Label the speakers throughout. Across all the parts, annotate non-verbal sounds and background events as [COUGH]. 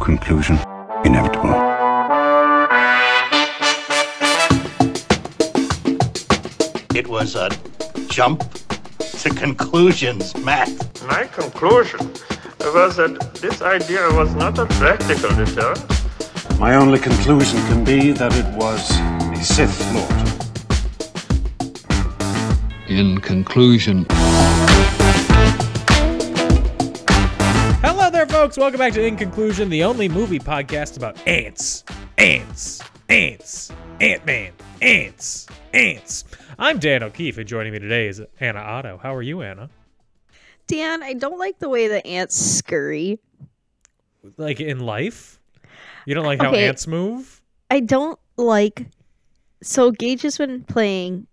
Speaker 1: Conclusion inevitable.
Speaker 2: It was a jump to conclusions, Matt.
Speaker 3: My conclusion was that this idea was not a practical deterrent.
Speaker 4: My only conclusion can be that it was a Sith Lord.
Speaker 5: In conclusion,
Speaker 6: Hello there, folks. Welcome back to In Conclusion, the only movie podcast about ants, ants, ants, Ant Man, ants, ants. I'm Dan O'Keefe, and joining me today is Anna Otto. How are you, Anna?
Speaker 7: Dan, I don't like the way the ants scurry.
Speaker 6: Like in life, you don't like how
Speaker 7: Okay.
Speaker 6: ants move.
Speaker 7: I don't like. So Gage has been playing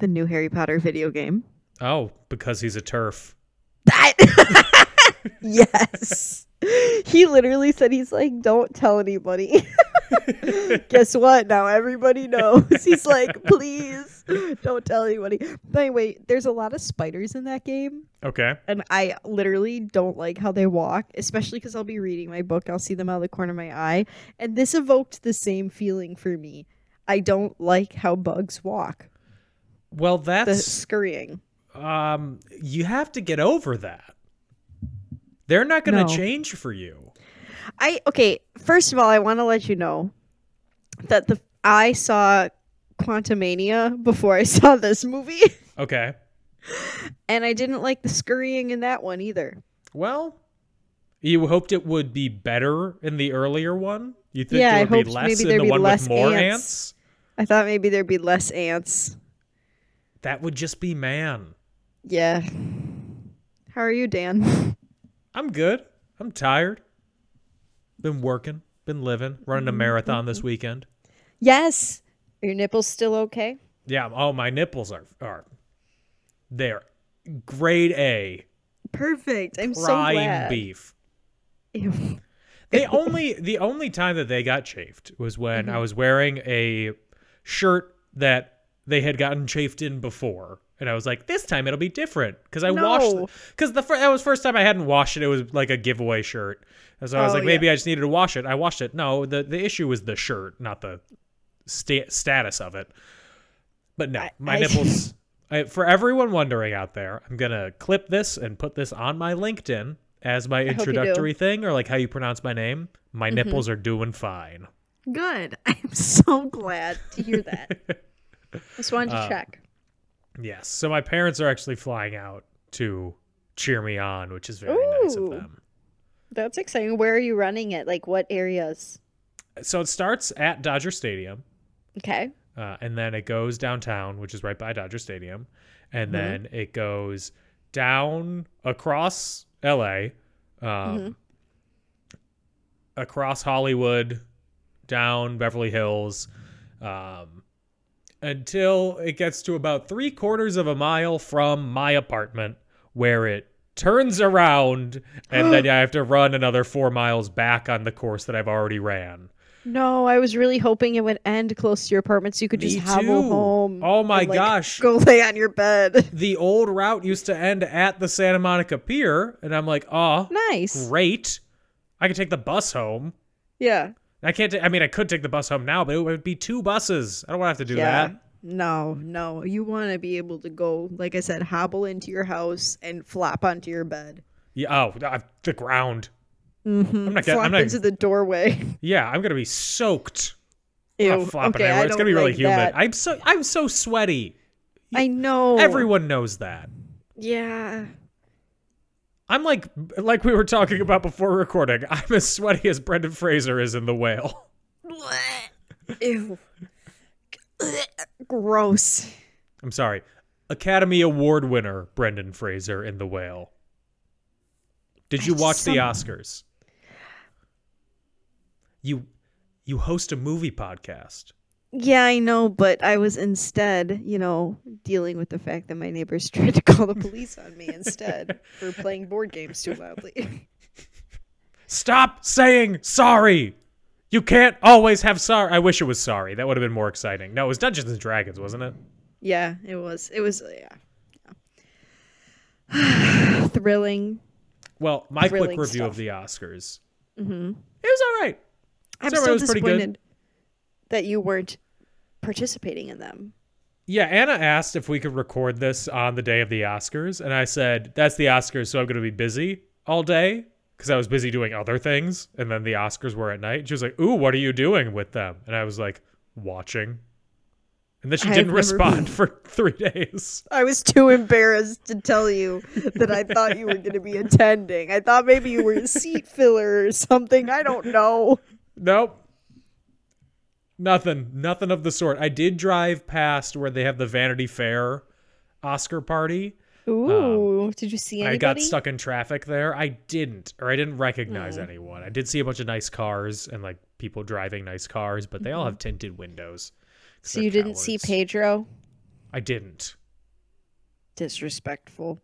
Speaker 7: the new Harry Potter video game.
Speaker 6: Oh, because he's a turf.
Speaker 7: That. [LAUGHS] yes. He literally said he's like, don't tell anybody. [LAUGHS] Guess what? Now everybody knows. He's like, please don't tell anybody. But anyway, there's a lot of spiders in that game.
Speaker 6: Okay.
Speaker 7: and I literally don't like how they walk, especially because I'll be reading my book. I'll see them out of the corner of my eye, and this evoked the same feeling for me. I don't like how bugs walk.
Speaker 6: Well,
Speaker 7: The
Speaker 6: that's
Speaker 7: scurrying.
Speaker 6: um. You have to get over that. They're not going to
Speaker 7: No.
Speaker 6: change for you.
Speaker 7: I okay. First of all, I want to let you know that the I saw Quantumania before I [LAUGHS] saw this movie,
Speaker 6: Okay.
Speaker 7: and I didn't like the scurrying in that one either.
Speaker 6: Well, you hoped it would be better in the earlier one. You think
Speaker 7: Yeah,
Speaker 6: there
Speaker 7: I
Speaker 6: would be
Speaker 7: hoped
Speaker 6: less
Speaker 7: maybe
Speaker 6: in
Speaker 7: there'd
Speaker 6: the
Speaker 7: be
Speaker 6: one
Speaker 7: less
Speaker 6: with more ants.
Speaker 7: ants. I thought maybe there'd be less ants.
Speaker 6: That would just be man.
Speaker 7: Yeah. How are you, Dan? [LAUGHS]
Speaker 6: I'm good. I'm tired. Been working, been living, running
Speaker 7: Mm-hmm,
Speaker 6: a marathon this weekend.
Speaker 7: Yes. Are your nipples still okay?
Speaker 6: Yeah. Oh, my nipples are are they're grade A
Speaker 7: Perfect. I'm so
Speaker 6: prime
Speaker 7: glad.
Speaker 6: beef.
Speaker 7: Ew.
Speaker 6: They only the only time that they got chafed was when
Speaker 7: Mm-hmm.
Speaker 6: I was wearing a shirt that they had gotten chafed in before, and I was like, this time it'll be different because I
Speaker 7: No.
Speaker 6: washed because the fir- that was first time I hadn't washed it. It was like a giveaway shirt, and so I was
Speaker 7: Oh,
Speaker 6: like, maybe I just needed to wash it. I washed it. No, the the issue was the shirt, not the sta- status of it. But no, my
Speaker 7: I- [LAUGHS]
Speaker 6: nipples. I, for everyone wondering out there, I'm gonna clip this and put this on my LinkedIn as my
Speaker 7: hope you do. Mm-hmm.
Speaker 6: introductory thing, or like how you pronounce my name. My nipples are doing fine.
Speaker 7: [LAUGHS] Good. I'm so glad to hear that.
Speaker 6: [LAUGHS]
Speaker 7: Just wanted to
Speaker 6: Uh,
Speaker 7: check.
Speaker 6: Yes. So my parents are actually flying out to cheer me on, which is very nice of
Speaker 7: Ooh.
Speaker 6: them.
Speaker 7: That's exciting. Where are you running it? Like what areas?
Speaker 6: So it starts at Dodger Stadium.
Speaker 7: Okay.
Speaker 6: uh, and then it goes downtown, which is right by Dodger Stadium, and then it goes down across L.A., um, across Hollywood, down Beverly Hills, um, until it gets to about three quarters of a mile from my apartment, where it turns around, and then I have to run another four miles back on the course that I've already ran.
Speaker 7: No, I was really hoping it would end close to your apartment so you could
Speaker 6: Me
Speaker 7: just hobble
Speaker 6: too.
Speaker 7: home.
Speaker 6: Oh my
Speaker 7: and, like,
Speaker 6: gosh.
Speaker 7: Go [LAUGHS] lay on your bed.
Speaker 6: the old route used to end at the Santa Monica Pier, and I'm like, oh,
Speaker 7: [LAUGHS] Nice.
Speaker 6: great. I could take the bus home.
Speaker 7: Yeah.
Speaker 6: I can't. ta- I mean, I could take the bus home now, but it would be two buses. I don't want to have to do
Speaker 7: yeah.
Speaker 6: that.
Speaker 7: No, no. You want to be able to go, like I said, hobble into your house and flop onto your bed.
Speaker 6: Yeah. Oh, I, the ground.
Speaker 7: Mm-hmm.
Speaker 6: I'm not. Gonna,
Speaker 7: flop
Speaker 6: I'm not.
Speaker 7: into the doorway.
Speaker 6: yeah, I'm gonna be soaked.
Speaker 7: Ew.
Speaker 6: I'm flopping
Speaker 7: okay,
Speaker 6: everywhere.
Speaker 7: I
Speaker 6: It's
Speaker 7: don't
Speaker 6: gonna be really
Speaker 7: like
Speaker 6: humid.
Speaker 7: that. Oh.
Speaker 6: I'm so. I'm so sweaty.
Speaker 7: I know.
Speaker 6: Everyone knows that. [LAUGHS]
Speaker 7: Yeah.
Speaker 6: I'm like, like we were talking about before recording. I'm as sweaty as Brendan Fraser is in The Whale. [LAUGHS]
Speaker 7: Ew. Gross.
Speaker 6: I'm sorry. Academy Award winner Brendan Fraser in The Whale. Did you
Speaker 7: I just
Speaker 6: watch the
Speaker 7: some-
Speaker 6: Oscars? You you host a movie podcast.
Speaker 7: Yeah, I know, but I was instead, you know, dealing with the fact that my neighbors [LAUGHS] tried to call the police on me instead for playing board games too loudly. [LAUGHS]
Speaker 6: Stop saying sorry. You can't always have sorry. I wish it was sorry. That would have been more exciting. No, it was Dungeons and Dragons, wasn't it?
Speaker 7: yeah, it was. It was, yeah. yeah. Thrilling.
Speaker 6: Well, my quick
Speaker 7: [SIGHS] Thrilling
Speaker 6: review of
Speaker 7: stuff. Mm-hmm.
Speaker 6: the Oscars It was all right.
Speaker 7: I'm
Speaker 6: Sorry,
Speaker 7: still
Speaker 6: it was pretty good.
Speaker 7: disappointed that you weren't participating in them.
Speaker 6: Yeah, Anna asked if we could record this on the day of the Oscars, and I said, "That's the Oscars, so I'm going to be busy all day because I was busy doing other things, and then the Oscars were at night." She was like, "Ooh, what are you doing with them?" And I was like, "Watching." And then she
Speaker 7: I've
Speaker 6: didn't
Speaker 7: never
Speaker 6: respond for 3 days.
Speaker 7: I was too embarrassed to tell you that I thought you were going to be attending. I thought maybe you were a seat filler or something. I don't know.
Speaker 6: Nope. Nothing. Nothing of the sort. I did drive past where they have the Vanity Fair Oscar party.
Speaker 7: Ooh, did you see
Speaker 6: Um,
Speaker 7: anybody? Oh.
Speaker 6: I got stuck in traffic there. I didn't, or I didn't recognize anyone. I did see a bunch of nice cars and like people driving nice cars, but they all have tinted windows. 'cause
Speaker 7: Mm-hmm. So
Speaker 6: they're
Speaker 7: you didn't see
Speaker 6: cowards.
Speaker 7: Pedro?
Speaker 6: I didn't.
Speaker 7: Disrespectful.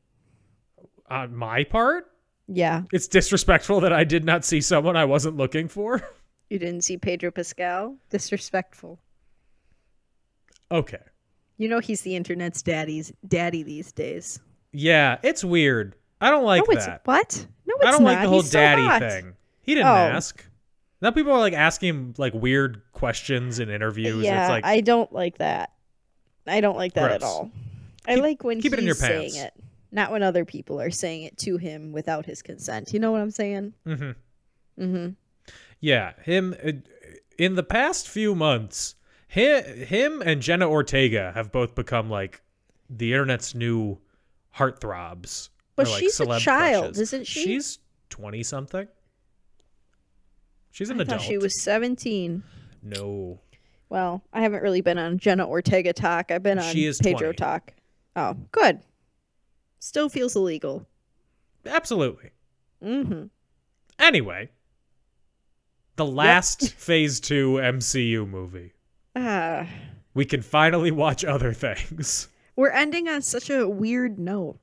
Speaker 6: On my part,
Speaker 7: Yeah,
Speaker 6: it's disrespectful that I did not see someone I wasn't looking for. [LAUGHS]
Speaker 7: you didn't see Pedro Pascal? Disrespectful.
Speaker 6: okay.
Speaker 7: You know he's the internet's daddy's daddy these days.
Speaker 6: Yeah, it's weird. I don't like
Speaker 7: no, it's
Speaker 6: that.
Speaker 7: what? No, it's
Speaker 6: I don't
Speaker 7: not.
Speaker 6: like the whole
Speaker 7: He's so
Speaker 6: daddy
Speaker 7: hot.
Speaker 6: thing. He didn't
Speaker 7: Oh.
Speaker 6: ask. Now people are like asking him like weird questions in interviews.
Speaker 7: Yeah,
Speaker 6: it's like
Speaker 7: I don't like that. I don't like that at
Speaker 6: Gross.
Speaker 7: all. I
Speaker 6: Keep-
Speaker 7: like when
Speaker 6: keep
Speaker 7: he's
Speaker 6: it in your
Speaker 7: saying
Speaker 6: pants.
Speaker 7: it, not when other people are saying it to him without his consent. You know what I'm saying?
Speaker 6: Mhm.
Speaker 7: Mm-hmm.
Speaker 6: Yeah, him uh, in the past few months, him, him and Jenna Ortega have both become like the internet's new heartthrobs.
Speaker 7: But
Speaker 6: or, like,
Speaker 7: she's a
Speaker 6: celeb
Speaker 7: child,
Speaker 6: crushes.
Speaker 7: isn't she?
Speaker 6: She's twenty something. She's an
Speaker 7: I
Speaker 6: adult.
Speaker 7: thought she was 17.
Speaker 6: no.
Speaker 7: Well, I haven't really been on Jenna Ortega talk. I've been on
Speaker 6: She is
Speaker 7: Pedro
Speaker 6: 20.
Speaker 7: talk. Oh, good. Still feels illegal.
Speaker 6: Absolutely.
Speaker 7: Mm-hmm.
Speaker 6: Anyway, the last [LAUGHS] Phase Two MCU movie.
Speaker 7: Ah,
Speaker 6: We can finally watch other things.
Speaker 7: we're ending on such a weird note.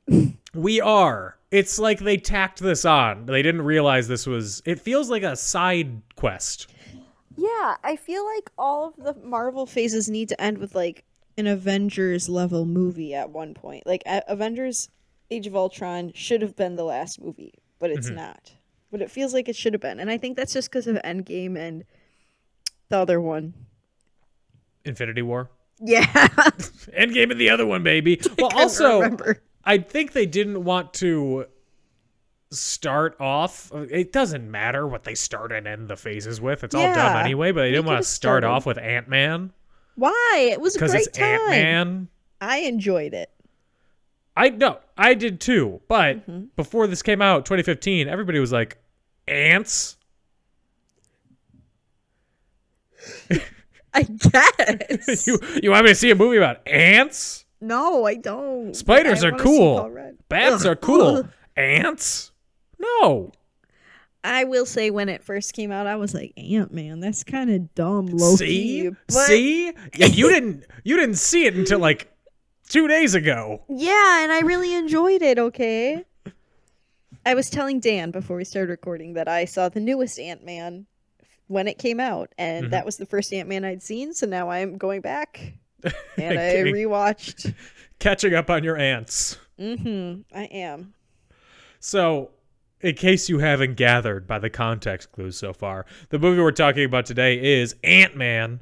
Speaker 6: We are. It's like they tacked this on. They didn't realize this was. It feels like a side quest.
Speaker 7: Yeah, I feel like all of the Marvel phases need to end with like an Avengers level movie at one point. Like A- Avengers Age of Ultron should have been the last movie, but it's
Speaker 6: Mm-hmm.
Speaker 7: not. But it feels like it should have been. And I think that's just because of Endgame and the other one.
Speaker 6: Infinity War,
Speaker 7: [LAUGHS] Yeah. [LAUGHS]
Speaker 6: Endgame, and the other one, baby. Well, also, I think they didn't want to start off. It doesn't matter what they start and end the phases with. It's all
Speaker 7: Yeah.
Speaker 6: done anyway. But they didn't want
Speaker 7: could've
Speaker 6: to start
Speaker 7: started-
Speaker 6: off with Ant Man
Speaker 7: Why? It was a
Speaker 6: because
Speaker 7: great
Speaker 6: it's
Speaker 7: time.
Speaker 6: Ant Man.
Speaker 7: I enjoyed it.
Speaker 6: I no, I did too. But
Speaker 7: Mm-hmm.
Speaker 6: before this came out, 2015, everybody was like, ants. [LAUGHS]
Speaker 7: I
Speaker 6: [LAUGHS]
Speaker 7: guess.
Speaker 6: You you want me to see a movie about ants?
Speaker 7: no, I don't.
Speaker 6: Spiders
Speaker 7: I
Speaker 6: are
Speaker 7: wanna see
Speaker 6: cool.
Speaker 7: Paul Rudd.
Speaker 6: Bats
Speaker 7: Ugh.
Speaker 6: are
Speaker 7: [LAUGHS]
Speaker 6: cool. Ants? No.
Speaker 7: I will say when it first came out, I was like, Ant Man, that's kind of dumb, low
Speaker 6: see?
Speaker 7: key. But
Speaker 6: See? Yeah, you didn't you didn't see it until like two days ago.
Speaker 7: yeah, and I really enjoyed it. Okay. I was telling Dan before we started recording that I saw the newest Ant Man when it came out,
Speaker 6: Mm-hmm.
Speaker 7: and that was the first Ant Man I'd seen. So now I'm going
Speaker 6: [LAUGHS]
Speaker 7: back, and I
Speaker 6: Kidding.
Speaker 7: rewatched.
Speaker 6: Catching up on your ants.
Speaker 7: Mm-hmm. I am.
Speaker 6: So in case you haven't gathered by the context clues so far, the movie we're talking about today is Ant Man.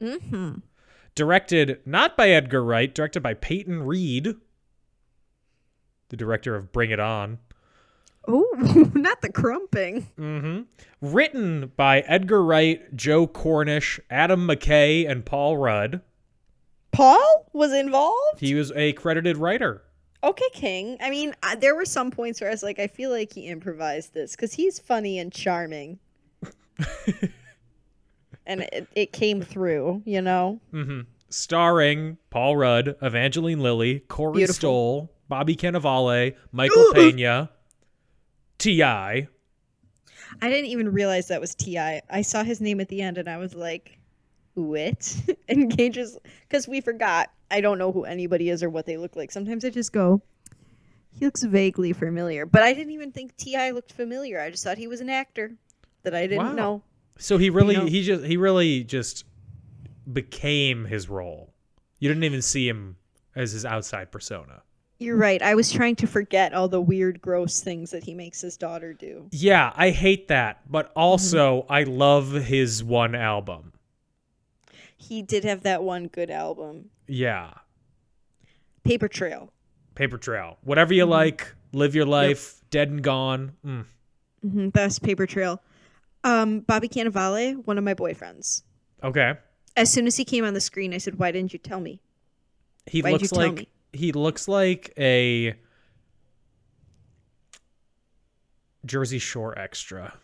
Speaker 7: Mm-hmm.
Speaker 6: Directed not by Edgar Wright, directed by Peyton Reed, the director of Bring It On.
Speaker 7: Oh, [LAUGHS] not the crumping.
Speaker 6: hmm Written by Edgar Wright, Joe Cornish, Adam McKay, and Paul Rudd.
Speaker 7: Paul was involved.
Speaker 6: He was a credited writer.
Speaker 7: Okay, King. I mean, I, there were some points where I was like, I feel like he improvised this because he's funny and charming, and it, it came through. You know,
Speaker 6: hmm Starring Paul Rudd, Evangeline Lilly, Corey
Speaker 7: Beautiful.
Speaker 6: Stoll, Bobby Cannavale, Michael Pena, T.I.
Speaker 7: I didn't even realize that was Ti. I saw his name at the end, and I was like, "Wit." [LAUGHS] and Gage's because we forgot. I don't know who anybody is or what they look like. Sometimes I just go, "He looks vaguely familiar," but I didn't even think Ti looked familiar. I just thought he was an actor that I didn't
Speaker 6: Wow.
Speaker 7: know.
Speaker 6: So he really,
Speaker 7: You know-
Speaker 6: he just, he really just became his role. You didn't even see him as his outside persona.
Speaker 7: You're right. I was trying to forget all the weird, gross things that he makes his daughter do.
Speaker 6: Yeah, I hate that, but also I love his one album.
Speaker 7: He did have that one good album,
Speaker 6: Yeah.
Speaker 7: Paper Trail.
Speaker 6: Paper Trail. Whatever
Speaker 7: Mm-hmm.
Speaker 6: you like, live your life, dead and gone. Mm.
Speaker 7: hmm best Paper Trail. Um, Bobby Cannavale, one of my boyfriends.
Speaker 6: Okay.
Speaker 7: As soon as he came on the screen, I said, "Why didn't you tell me?"
Speaker 6: He
Speaker 7: Why'd you
Speaker 6: looks
Speaker 7: tell
Speaker 6: like
Speaker 7: me?
Speaker 6: he looks like a Jersey Shore extra.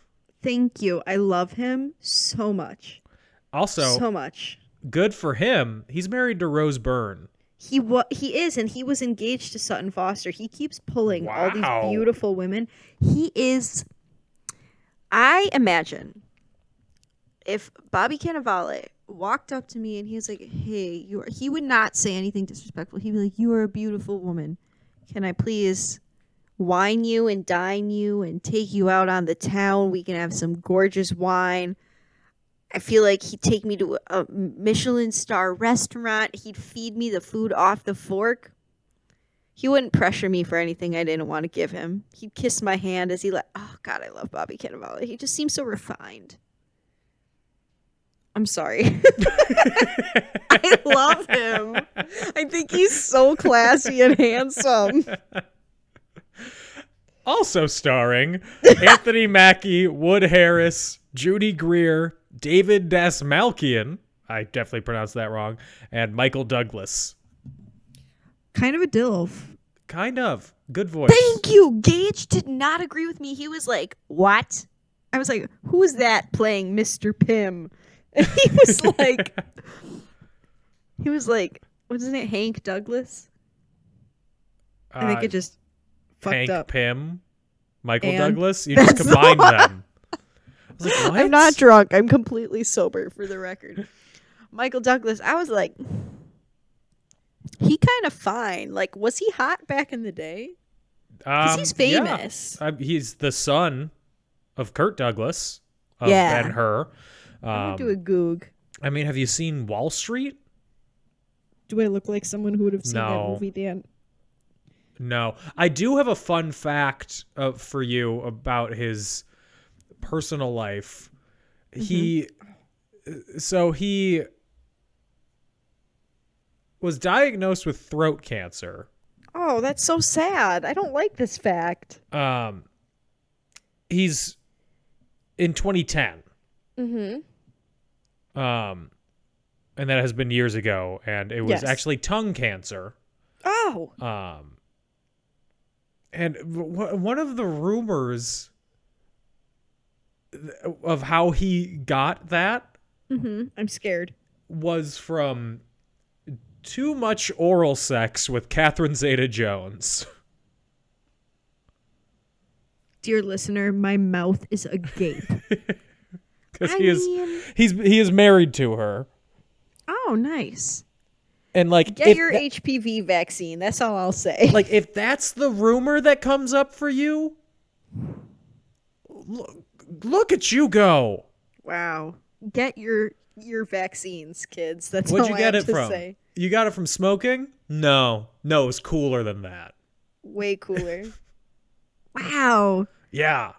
Speaker 7: Thank you. I love him so much,
Speaker 6: Also,
Speaker 7: so much.
Speaker 6: good for him. He's married to Rose Byrne.
Speaker 7: He wa- he is, and he was engaged to Sutton Foster. He keeps pulling all
Speaker 6: Wow.
Speaker 7: these beautiful women. He is. I imagine if Bobby Cannavale walked up to me and he was like, "Hey, you," are, he would not say anything disrespectful. He'd be like, "You are a beautiful woman. Can I please wine you and dine you and take you out on the town? We can have some gorgeous wine." I feel like he'd take me to a Michelin star restaurant. He'd feed me the food off the fork. He wouldn't pressure me for anything I didn't want to give him. He'd kiss my hand as he like, oh God, I love Bobby Cannavale. He just seems so refined. I'm sorry. [LAUGHS] I love him. I think he's so classy and handsome.
Speaker 6: Also
Speaker 7: [LAUGHS]
Speaker 6: starring Anthony Mackie, Wood Harris, Judy Greer, David Dasmalkian. I definitely pronounced that wrong, and Michael Douglas.
Speaker 7: Kind of a dilf.
Speaker 6: Kind of good voice.
Speaker 7: Thank you. Gage did not agree with me. He was like, "What?" I was like, "Who is that playing Mr. Pym?" [LAUGHS] And he
Speaker 6: [LAUGHS]
Speaker 7: was like, "He was like, wasn't it Hank Douglas?" I think
Speaker 6: Uh,
Speaker 7: it just fucked
Speaker 6: Hank
Speaker 7: up.
Speaker 6: Pym, Michael
Speaker 7: And-
Speaker 6: Douglas. You just
Speaker 7: That's
Speaker 6: combined
Speaker 7: the one.
Speaker 6: them. I was like, what?
Speaker 7: [LAUGHS] I'm not drunk. I'm completely sober, for the record. [LAUGHS] Michael Douglas. I was like, he kind of fine. Like, was he hot back in the day? Because
Speaker 6: Um,
Speaker 7: he's
Speaker 6: yeah.
Speaker 7: famous.
Speaker 6: Um, he's the son of Kurt Douglas of
Speaker 7: Yeah.
Speaker 6: Ben Hur.
Speaker 7: I'm
Speaker 6: Um,
Speaker 7: gonna do a goog.
Speaker 6: I mean, have you seen Wall Street?
Speaker 7: Do I look like someone who would have seen
Speaker 6: No.
Speaker 7: that movie, Dan?
Speaker 6: No, I do have a fun fact uh, for you about his personal life.
Speaker 7: Mm-hmm.
Speaker 6: He, so he was diagnosed with throat cancer.
Speaker 7: Oh, that's so sad. I don't like this fact.
Speaker 6: Um, he's in 2010.
Speaker 7: Mm-hmm.
Speaker 6: Um, and that has been years ago, and it was
Speaker 7: Yes.
Speaker 6: actually tongue cancer.
Speaker 7: Oh,
Speaker 6: Um, and w- one of the rumors th- of how he got that
Speaker 7: mm-hmm. I'm scared.
Speaker 6: was from too much oral sex with Catherine Zeta [LAUGHS] Jones.
Speaker 7: Dear listener, my mouth is agape.
Speaker 6: Because
Speaker 7: I
Speaker 6: he is
Speaker 7: mean-
Speaker 6: he's he is married to her.
Speaker 7: [LAUGHS] oh, nice.
Speaker 6: And like
Speaker 7: Get
Speaker 6: if
Speaker 7: your
Speaker 6: tha-
Speaker 7: HPV vaccine. That's all I'll say.
Speaker 6: like if that's the rumor that comes up for you, look, look at you go.
Speaker 7: [LAUGHS] [LAUGHS] wow. Get your your vaccines, kids. That's
Speaker 6: Where'd
Speaker 7: all
Speaker 6: you
Speaker 7: I
Speaker 6: get
Speaker 7: have
Speaker 6: it
Speaker 7: to
Speaker 6: from?
Speaker 7: say.
Speaker 6: You got it from smoking? No. No, it was cooler than that. [LAUGHS]
Speaker 7: Way cooler. wow,
Speaker 6: Yeah.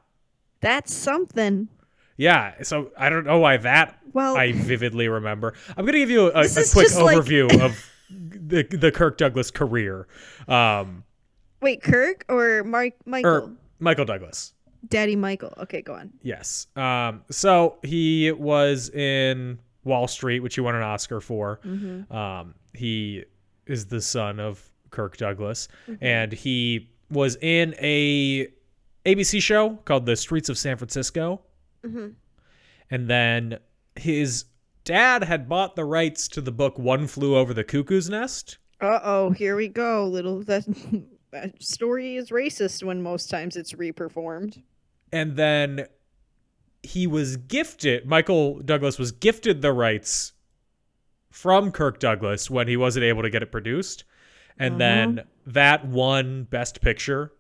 Speaker 7: that's something.
Speaker 6: Yeah. So I don't know why that
Speaker 7: Well,
Speaker 6: I vividly remember. I'm going to give you a, a
Speaker 7: Oh. This is
Speaker 6: quick
Speaker 7: just like-
Speaker 6: overview
Speaker 7: [LAUGHS]
Speaker 6: of the, the Kirk Douglas career. Um,
Speaker 7: wait, Kirk or Mark Michael?
Speaker 6: or Michael Douglas.
Speaker 7: Daddy Michael. Okay, go on.
Speaker 6: Yes. Um, so he was in Wall Street, which he won an Oscar for.
Speaker 7: Mm-hmm.
Speaker 6: Um, he is the son of Kirk Douglas, and he was in a ABC show called The Streets of San Francisco. Mm-hmm. And then his dad had bought the rights to the book One Flew Over the Cuckoo's Nest.
Speaker 7: Uh oh, here we go. Little that, [LAUGHS] that story is racist when most times it's reperformed.
Speaker 6: and then he was gifted michael douglas was gifted the rights from kirk douglas when he wasn't able to get it produced and
Speaker 7: Uh-huh.
Speaker 6: then that won best picture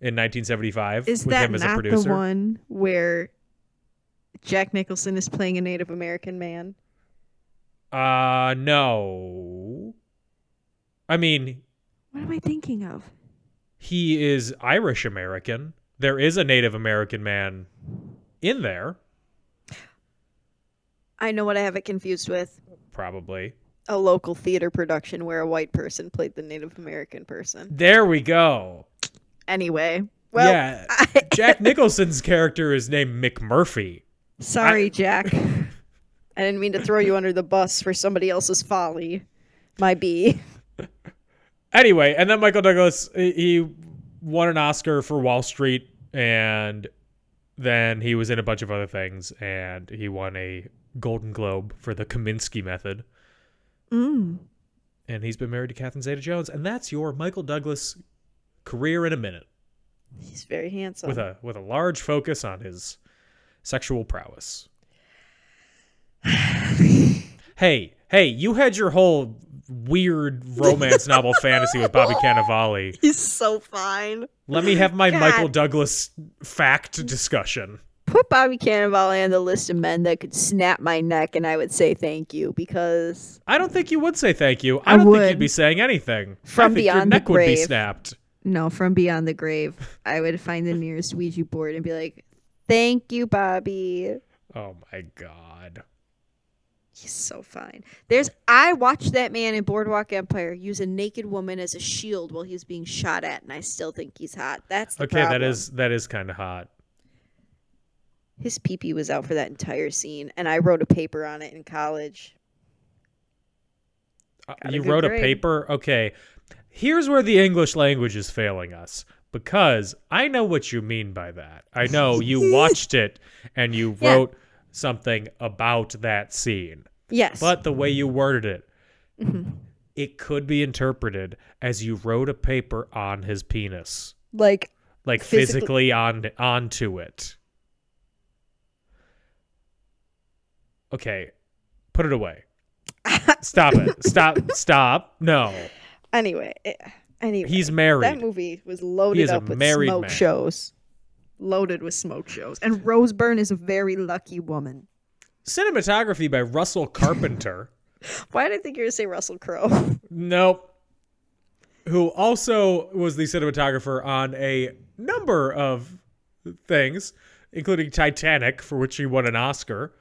Speaker 6: in 1975
Speaker 7: Is
Speaker 6: with
Speaker 7: that
Speaker 6: him as a
Speaker 7: not the
Speaker 6: producer
Speaker 7: one where Jack Nicholson is playing a Native American man?
Speaker 6: uh no i mean
Speaker 7: What am I thinking of?
Speaker 6: He is Irish American. There is a Native American man in there,
Speaker 7: I know what I have it confused with.
Speaker 6: probably.
Speaker 7: A local theater production where a white person played the Native American person.
Speaker 6: There we go.
Speaker 7: Anyway, well,
Speaker 6: yeah.
Speaker 7: [LAUGHS] I-
Speaker 6: Jack Nicholson's character is named McMurphy. [LAUGHS]
Speaker 7: sorry, Jack. I didn't mean to throw you under the bus for somebody else's folly. My B.
Speaker 6: Anyway, and then Michael Douglas he- he won an Oscar for Wall Street and then he was in a bunch of other things and he won a Golden Globe for the Kaminsky method.
Speaker 7: Mm.
Speaker 6: And he's been married to Catherine Zeta Jones. And that's your Michael Douglas career in a minute.
Speaker 7: He's very handsome.
Speaker 6: with a with a large focus on his sexual prowess.
Speaker 7: [SIGHS]
Speaker 6: hey, hey, you had your whole weird romance
Speaker 7: [LAUGHS]
Speaker 6: novel fantasy with Bobby Cannavale.
Speaker 7: He's so fine.
Speaker 6: Let me have my Michael
Speaker 7: God.
Speaker 6: Douglas fact discussion.
Speaker 7: Put Bobby Cannavale on the list of men that could snap my neck, and I would say thank you because
Speaker 6: I don't think you would say thank you. I
Speaker 7: I
Speaker 6: don't think
Speaker 7: would.
Speaker 6: you'd be saying anything. I
Speaker 7: From
Speaker 6: think your
Speaker 7: beyond the
Speaker 6: neck would be
Speaker 7: grave.
Speaker 6: snapped.
Speaker 7: no, from beyond the grave, I would find the nearest Ouija board and be like, "Thank you, Bobby."
Speaker 6: Oh my god.
Speaker 7: He's so fine. There's I watched that man in Boardwalk Empire use a naked woman as a shield while he was being shot at, and I still think he's hot. That's the
Speaker 6: Okay, that
Speaker 7: problem.
Speaker 6: is that is kind of hot.
Speaker 7: his pee pee was out for that entire scene, and I wrote a paper on it in college.
Speaker 6: Uh,
Speaker 7: Got a
Speaker 6: you
Speaker 7: good
Speaker 6: wrote a
Speaker 7: grade.
Speaker 6: paper okay here's where the english language is failing us because i know what you mean by that i
Speaker 7: [LAUGHS]
Speaker 6: know you watched it and you
Speaker 7: Yeah.
Speaker 6: wrote something about that scene
Speaker 7: Yes,
Speaker 6: but the way you worded it
Speaker 7: Mm-hmm.
Speaker 6: it could be interpreted as you wrote a paper on his penis
Speaker 7: like
Speaker 6: like
Speaker 7: Physical-
Speaker 6: physically on onto it okay put it
Speaker 7: [LAUGHS]
Speaker 6: away stop it stop stop no
Speaker 7: anyway, eh, anyway,
Speaker 6: He's married.
Speaker 7: That movie was loaded
Speaker 6: He is a
Speaker 7: up with
Speaker 6: married
Speaker 7: smoke
Speaker 6: man.
Speaker 7: shows. Loaded with smoke shows. And Rose Byrne is a very lucky woman.
Speaker 6: Cinematography by Russell Carpenter.
Speaker 7: Why did I think you were going to say Russell Crowe? [LAUGHS]
Speaker 6: nope. Who also was the cinematographer on a number of things, including Titanic, for which he won an Oscar,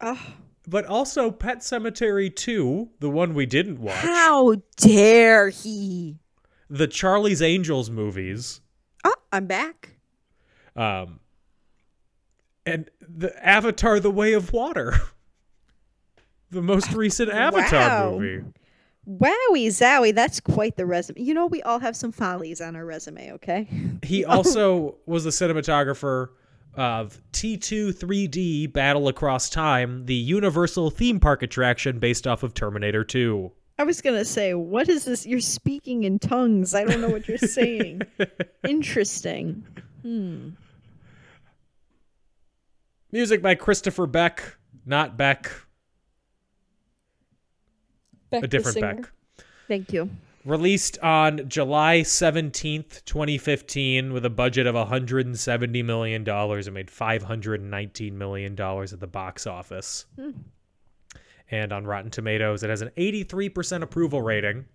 Speaker 7: Oh,
Speaker 6: but also Pet Cemetery 2, the one we didn't watch,
Speaker 7: how dare he?
Speaker 6: the Charlie's Angels movies,
Speaker 7: Oh, I'm back.
Speaker 6: um, and the Avatar The Way of Water, [LAUGHS] the most recent Avatar
Speaker 7: Wow.
Speaker 6: movie.
Speaker 7: Wowie zowie, that's quite the resume. You know, we all have some follies on our resume, okay?
Speaker 6: He also was the cinematographer of T2 3D Battle Across Time, the Universal theme park attraction based off of Terminator 2.
Speaker 7: I was going to say, what is this? You're speaking in tongues. I don't know what
Speaker 6: [LAUGHS]
Speaker 7: you're saying. Interesting.
Speaker 6: Music by Christopher Beck, not Beck,
Speaker 7: Beck
Speaker 6: a
Speaker 7: the
Speaker 6: different
Speaker 7: singer.
Speaker 6: Beck.
Speaker 7: Thank you.
Speaker 6: Released on July 17th, 2015, with a budget of $170 million and made $519 million at the box office. And on Rotten Tomatoes, it has an 83% approval rating.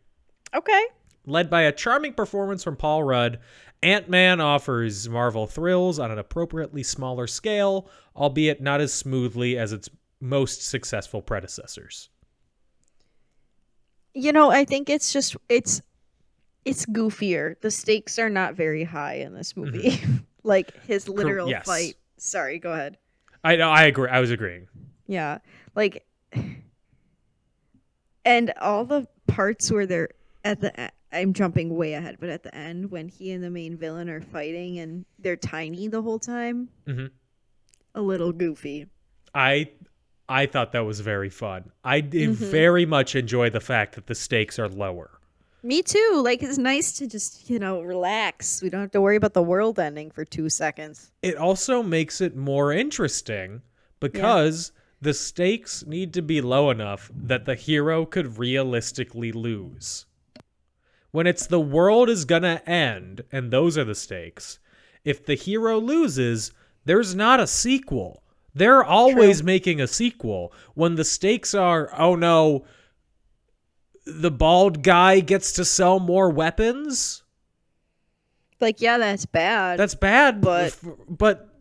Speaker 7: Okay.
Speaker 6: Led by a charming performance from Paul Rudd, Ant Man offers Marvel thrills on an appropriately smaller scale, albeit not as smoothly as its most successful predecessors.
Speaker 7: you know i think it's just it's it's goofier the stakes are not very high in this movie [LAUGHS] like his literal
Speaker 6: yes.
Speaker 7: fight sorry go ahead
Speaker 6: I know, I agree. I was agreeing.
Speaker 7: yeah like [SIGHS] and all the parts where they're at the e- i'm jumping way ahead but at the end when he and the main villain are fighting and they're tiny the whole time
Speaker 6: Mhm.
Speaker 7: a little goofy
Speaker 6: I I thought that was very fun. I did very much enjoy the fact that the stakes are lower.
Speaker 7: me too like it's nice to just you know relax we don't have to worry about the world ending for two seconds
Speaker 6: It also makes it more interesting because the stakes need to be low enough that the hero could realistically lose. When it's the world is going to end and those are the stakes, if the hero loses, there's not a sequel. They're always making a sequel. When the stakes are, oh no, the bald guy gets to sell more weapons.
Speaker 7: Like, yeah, that's bad.
Speaker 6: That's bad,
Speaker 7: But-
Speaker 6: f- but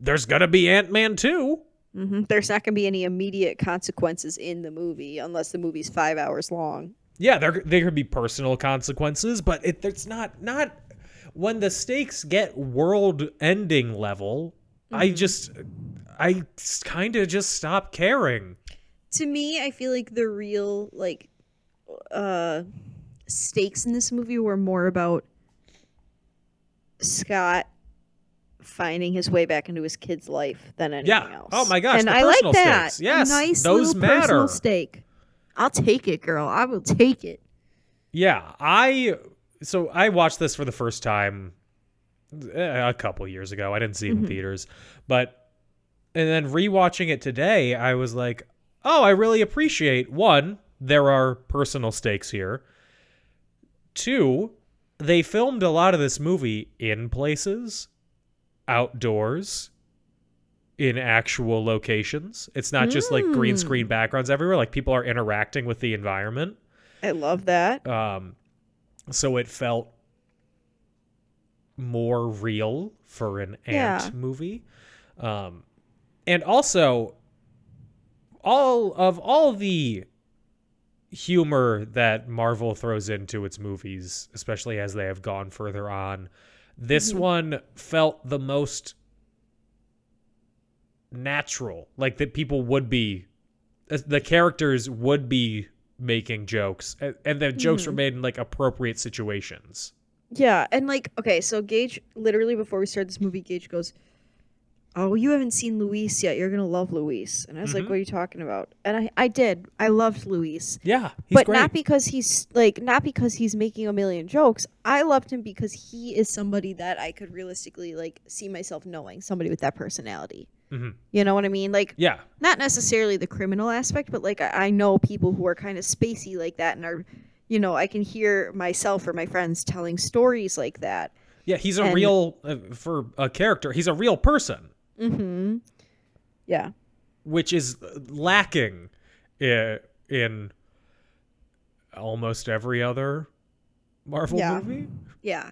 Speaker 6: there's gonna be Ant Man too.
Speaker 7: Mhm. There's not going to be any immediate consequences in the movie unless the movie's five hours long.
Speaker 6: yeah there there could be personal consequences but it it's not not when the stakes get world ending level i
Speaker 7: Mm-hmm.
Speaker 6: just i kind of just stop caring
Speaker 7: To me, I feel like the real like uh stakes in this movie were more about Scott finding his way back into his kid's life than anything
Speaker 6: Yeah.
Speaker 7: else.
Speaker 6: Oh my gosh,
Speaker 7: And
Speaker 6: the
Speaker 7: I like
Speaker 6: personal
Speaker 7: that.
Speaker 6: stakes. Yes,
Speaker 7: a nice
Speaker 6: those
Speaker 7: little personal
Speaker 6: matter.
Speaker 7: stake. I'll take it, girl. I will take it.
Speaker 6: yeah i so i watched this for the first time eh, a couple years ago i didn't see it in theaters but and then rewatching it today i was like oh i really appreciate one there are personal stakes here two they filmed a lot of this movie in places outdoors in actual locations it's not just like green screen backgrounds everywhere like people are interacting with the environment
Speaker 7: I love that.
Speaker 6: um so it felt more real for an ant
Speaker 7: Yeah.
Speaker 6: movie um and also all of all the humor that marvel throws into its movies especially as they have gone further on this one felt the most natural like that people would be the characters would be making jokes and, and the jokes
Speaker 7: Mm-hmm.
Speaker 6: were made in like appropriate situations
Speaker 7: Yeah, and like, okay, so Gage, literally before we started this movie, Gage goes, "Oh, you haven't seen Luis yet. You're gonna love Luis." And I was
Speaker 6: Mm-hmm.
Speaker 7: like, "What are you talking about?" And I, I did. I loved Luis,
Speaker 6: yeah he's
Speaker 7: but
Speaker 6: great
Speaker 7: not because he's like, not because he's making a million jokes. I loved him because he is somebody that I could realistically like see myself knowing somebody with that personality.
Speaker 6: Mhm.
Speaker 7: You know what I mean? Like,
Speaker 6: yeah
Speaker 7: not necessarily the criminal aspect, but like I, I know people who are kind of spacey like that and are, you know, I can hear myself or my friends telling stories like that.
Speaker 6: yeah he's a
Speaker 7: and-
Speaker 6: real uh, for a character he's a real person
Speaker 7: Mm-hmm. Yeah.
Speaker 6: which is lacking in, in almost every other marvel
Speaker 7: Yeah.
Speaker 6: movie
Speaker 7: Yeah.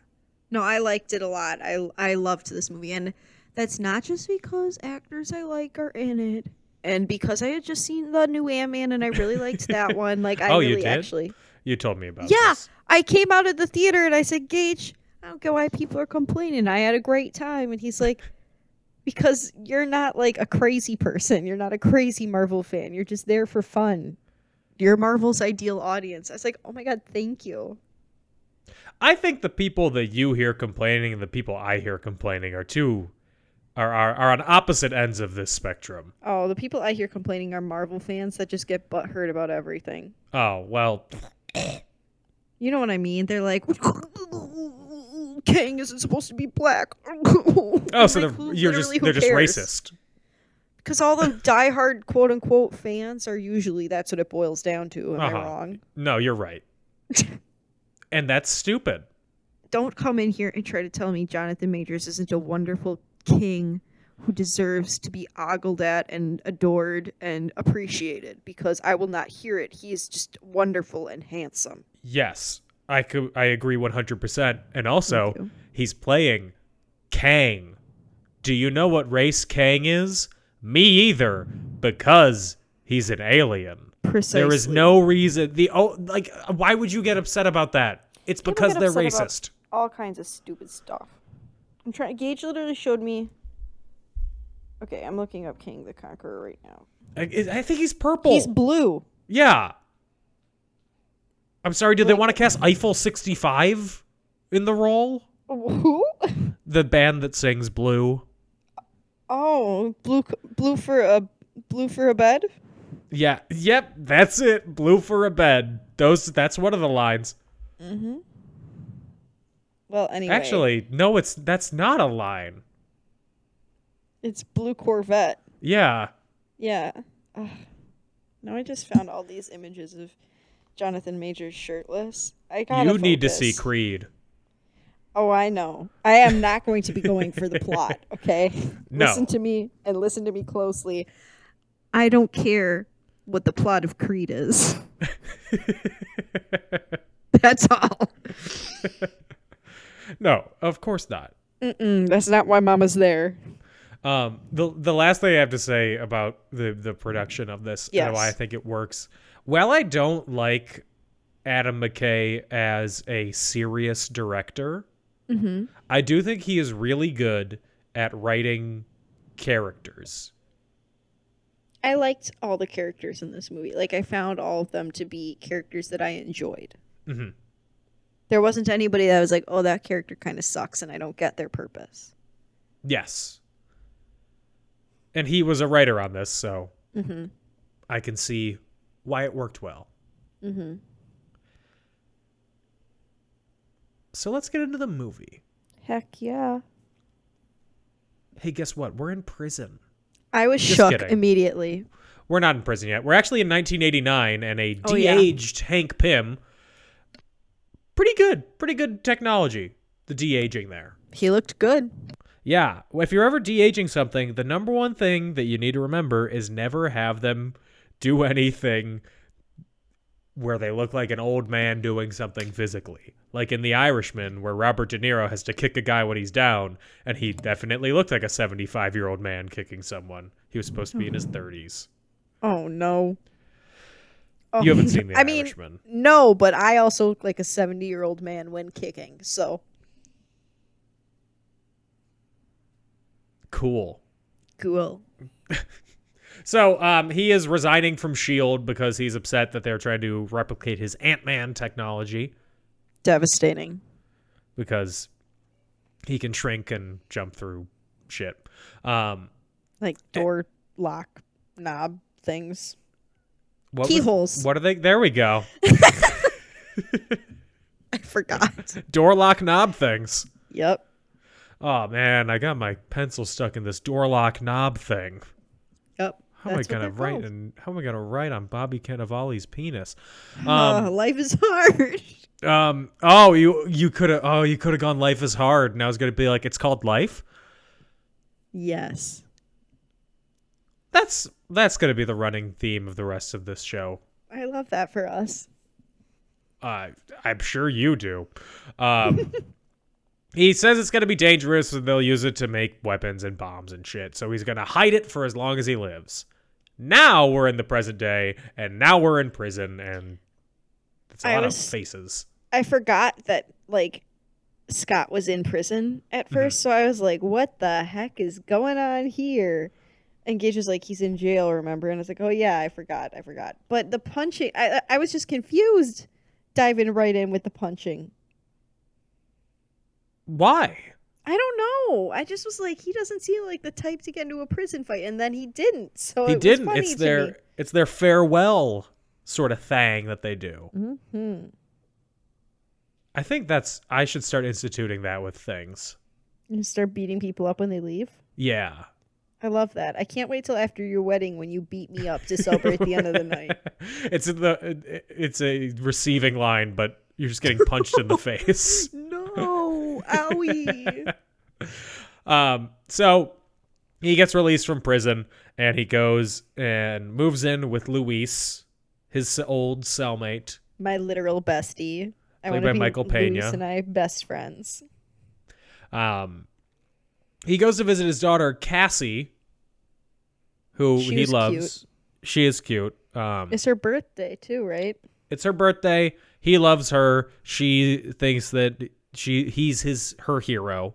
Speaker 7: No, I liked it a lot. I I loved this movie and that's not just because actors I like are in it. And because I had just seen the new Ant Man and I really liked [LAUGHS] that one. Like I
Speaker 6: Oh, you
Speaker 7: really
Speaker 6: did?
Speaker 7: actually
Speaker 6: you told me about
Speaker 7: Yeah.
Speaker 6: this.
Speaker 7: I came out of the theater and I said, Gage, I don't get why people are complaining. I had a great time. And he's like, Because you're not like a crazy person. You're not a crazy Marvel fan. You're just there for fun. You're Marvel's ideal audience. I was like, Oh my God, thank you.
Speaker 6: i think the people that you hear complaining and the people i hear complaining are two are, are, are on opposite ends of this spectrum
Speaker 7: Oh, the people I hear complaining are Marvel fans that just get butthurt about everything.
Speaker 6: oh well
Speaker 7: You know what I mean? They're like, [LAUGHS] Kang isn't supposed to be black. [LAUGHS]
Speaker 6: oh so they're, you're just they're just racist
Speaker 7: Because all the diehard quote unquote fans are usually that's what it boils down to. Am
Speaker 6: Uh-huh.
Speaker 7: I wrong?
Speaker 6: No, you're
Speaker 7: [LAUGHS]
Speaker 6: right. and that's stupid.
Speaker 7: Don't come in here and try to tell me Jonathan Majors isn't a wonderful king who deserves to be ogled at and adored and appreciated because I will not hear it. He is just wonderful and handsome.
Speaker 6: Yes, I could I agree 100%. And also,
Speaker 7: you.
Speaker 6: he's playing Kang. Do you know what race Kang is? Me either, because he's an alien.
Speaker 7: Precisely.
Speaker 6: There is no reason the oh like why would you get upset about that? It's
Speaker 7: People
Speaker 6: because
Speaker 7: get
Speaker 6: they're
Speaker 7: upset about-
Speaker 6: racist.
Speaker 7: all kinds of stupid stuff. I'm trying. Gage literally showed me. Okay, I'm looking up King the Conqueror right now.
Speaker 6: I, I think he's purple.
Speaker 7: He's blue.
Speaker 6: yeah. I'm sorry, did they want to cast Eiffel 65 in the role?
Speaker 7: Who? [LAUGHS]
Speaker 6: the band that sings blue
Speaker 7: Oh, blue, c- blue for a blue for a bed.
Speaker 6: yeah yep that's it blue for a bed those that's one of the lines
Speaker 7: Well, anyway,
Speaker 6: actually no it's that's not a line
Speaker 7: it's blue Corvette.
Speaker 6: yeah
Speaker 7: Yeah. Ugh. Now I just found all these images of Jonathan Majors shirtless. I got.
Speaker 6: you need to see creed
Speaker 7: Oh, I know. I am not going to be going for the plot,
Speaker 6: [LAUGHS]
Speaker 7: okay?
Speaker 6: No.
Speaker 7: Listen to me and listen to me closely. I don't care what the plot of Creed
Speaker 6: [LAUGHS]
Speaker 7: is. [LAUGHS] That's all.
Speaker 6: No, of course not.
Speaker 7: Mm, that's not why Mama's there.
Speaker 6: Um, the the last thing I have to say about the the production of this
Speaker 7: Yes.
Speaker 6: and why I think it works. While I don't like Adam McKay as a serious director, I do think he is really good at writing characters.
Speaker 7: I liked all the characters in this movie. Like I found all of them to be characters that I enjoyed.
Speaker 6: Mhm.
Speaker 7: There wasn't anybody that was like, "Oh, that character kind of sucks, and I don't get their purpose."
Speaker 6: Yes, and he was a writer on this, so I can see why it worked well.
Speaker 7: Mm-hmm.
Speaker 6: So let's get into the movie.
Speaker 7: Heck yeah!
Speaker 6: Hey, guess what? We're in prison.
Speaker 7: I was
Speaker 6: Just
Speaker 7: shook
Speaker 6: kidding.
Speaker 7: immediately.
Speaker 6: We're not in prison yet. We're actually in 1989, and a
Speaker 7: Oh, yeah.
Speaker 6: de-aged Hank Pym. Pretty good, pretty good technology. The de-aging there.
Speaker 7: He looked good.
Speaker 6: Yeah, if you're ever de-aging something, the number one thing that you need to remember is never have them do anything where they look like an old man doing something physically. Like in The Irishman, where Robert De Niro has to kick a guy when he's down, and he definitely looked like a 75-year-old man kicking someone. He was supposed to be in his 30s.
Speaker 7: Oh no! Oh,
Speaker 6: You haven't
Speaker 7: [LAUGHS]
Speaker 6: seen The
Speaker 7: I mean,
Speaker 6: Irishman.
Speaker 7: no, but I also look like a seventy-year-old man when kicking. So
Speaker 6: Cool.
Speaker 7: cool.
Speaker 6: So um, he is resigning from S.H.I.E.L.D. E because he's upset that they're trying to replicate his Ant Man technology
Speaker 7: Devastating.
Speaker 6: because he can shrink and jump through shit. Um,
Speaker 7: Like door lock knob things. [LAUGHS]
Speaker 6: what was-
Speaker 7: Keyholes.
Speaker 6: what are they? There we go.
Speaker 7: I forgot.
Speaker 6: Door lock knob things.
Speaker 7: [LAUGHS] yep.
Speaker 6: Oh, man. I got my pencil stuck in this door lock knob thing.
Speaker 7: Yep.
Speaker 6: How
Speaker 7: That's what
Speaker 6: am I
Speaker 7: they're
Speaker 6: gonna write?
Speaker 7: called.
Speaker 6: And how am I gonna write on Bobby Cannavale's
Speaker 7: [SIGHS]
Speaker 6: penis?
Speaker 7: Uh,
Speaker 6: Um,
Speaker 7: life is [LAUGHS] hard.
Speaker 6: um. Oh, you you could have. Oh, you could have gone. Life is hard. And I was gonna be like, it's called life.
Speaker 7: yes.
Speaker 6: that's that's going to be the running theme of the rest of this show.
Speaker 7: I love that for us.
Speaker 6: Uh, I'm sure you do. Um, [LAUGHS] he says it's going to be dangerous, and they'll use it to make weapons and bombs and shit. So he's going to hide it for as long as he lives. Now we're in the present day, and now we're in prison, and it's a
Speaker 7: I
Speaker 6: lot
Speaker 7: was-
Speaker 6: of faces.
Speaker 7: I forgot that like Scott was in prison at 1st so I was like, "What the heck is going on here?" And Gage was like, "He's in jail, remember?" And I was like, "Oh yeah, I forgot, I forgot." But the punching, I I- I was just confused, diving right in with the punching.
Speaker 6: Why?
Speaker 7: I don't know. I just was like, he doesn't seem like the type to get into a prison fight, and then he didn't. So
Speaker 6: he
Speaker 7: it
Speaker 6: didn't.
Speaker 7: Was funny
Speaker 6: It's
Speaker 7: to
Speaker 6: their it's their farewell sort of thing that they do.
Speaker 7: Me. hmm
Speaker 6: I think that's I should start instituting that with things.
Speaker 7: You start beating people up when they leave.
Speaker 6: Yeah.
Speaker 7: I love that. I can't wait till after your wedding when you beat me up to [LAUGHS] celebrate the end
Speaker 6: [LAUGHS]
Speaker 7: of the night.
Speaker 6: it's in the it's a receiving line, but you're just getting punched
Speaker 7: [LAUGHS]
Speaker 6: in the face.
Speaker 7: No, owie.
Speaker 6: [LAUGHS] Um, so he gets released from prison and he goes and moves in with Luis, his old cellmate.
Speaker 7: My literal bestie. I
Speaker 6: Played
Speaker 7: wanna
Speaker 6: by Michael Peña.
Speaker 7: Luis and I best friends.
Speaker 6: Um, he goes to visit his daughter Cassie, who
Speaker 7: She
Speaker 6: he
Speaker 7: was
Speaker 6: loves. She is cute. Um,
Speaker 7: It's her birthday too, right?
Speaker 6: it's her birthday. He loves her. She thinks that she he's his her hero.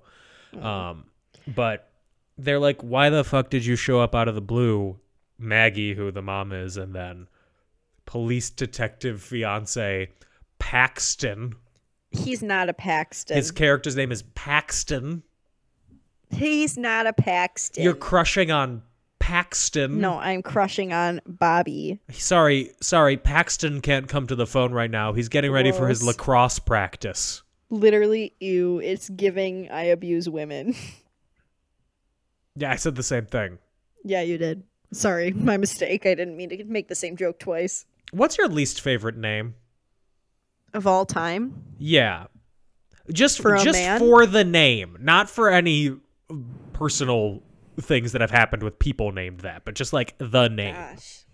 Speaker 6: Um, but they're like, why the fuck did you show up out of the blue, Maggie, who the mom is, and then police detective fiance Paxton.
Speaker 7: He's not a Paxton.
Speaker 6: His character's name is Paxton.
Speaker 7: He's not a Paxton.
Speaker 6: You're Hmm? crushing on Paxton.
Speaker 7: no, I'm crushing on Bobby.
Speaker 6: Sorry, sorry. Paxton can't come to the phone right now. He's getting ready for his
Speaker 7: Gross.
Speaker 6: lacrosse practice.
Speaker 7: Literally, ew. It's giving. I abuse women. [LAUGHS]
Speaker 6: Yeah, I said the same thing.
Speaker 7: yeah, you did. Sorry, my mistake. I didn't mean to make the same joke twice.
Speaker 6: What's your least favorite name?
Speaker 7: Of all time,
Speaker 6: Yeah. Just
Speaker 7: For a
Speaker 6: just
Speaker 7: man?
Speaker 6: for the name, not for any personal things that have happened with people named that, but just like the name.
Speaker 7: gosh,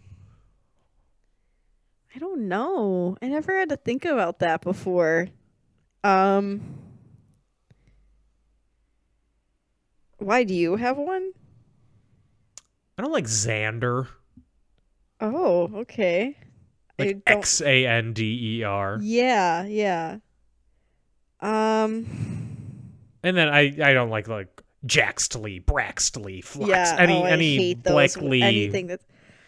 Speaker 7: I don't know. I never had to think about that before. Um Why do you have one?
Speaker 6: I don't like Xander.
Speaker 7: Oh, okay. I
Speaker 6: Like
Speaker 7: don't
Speaker 6: X A N D E R.
Speaker 7: Yeah, yeah. Um
Speaker 6: And then I I don't like like Jaxtley, Braxtley, Flux,
Speaker 7: yeah,
Speaker 6: any
Speaker 7: oh, I
Speaker 6: any
Speaker 7: hate those-
Speaker 6: Blakely.
Speaker 7: anything that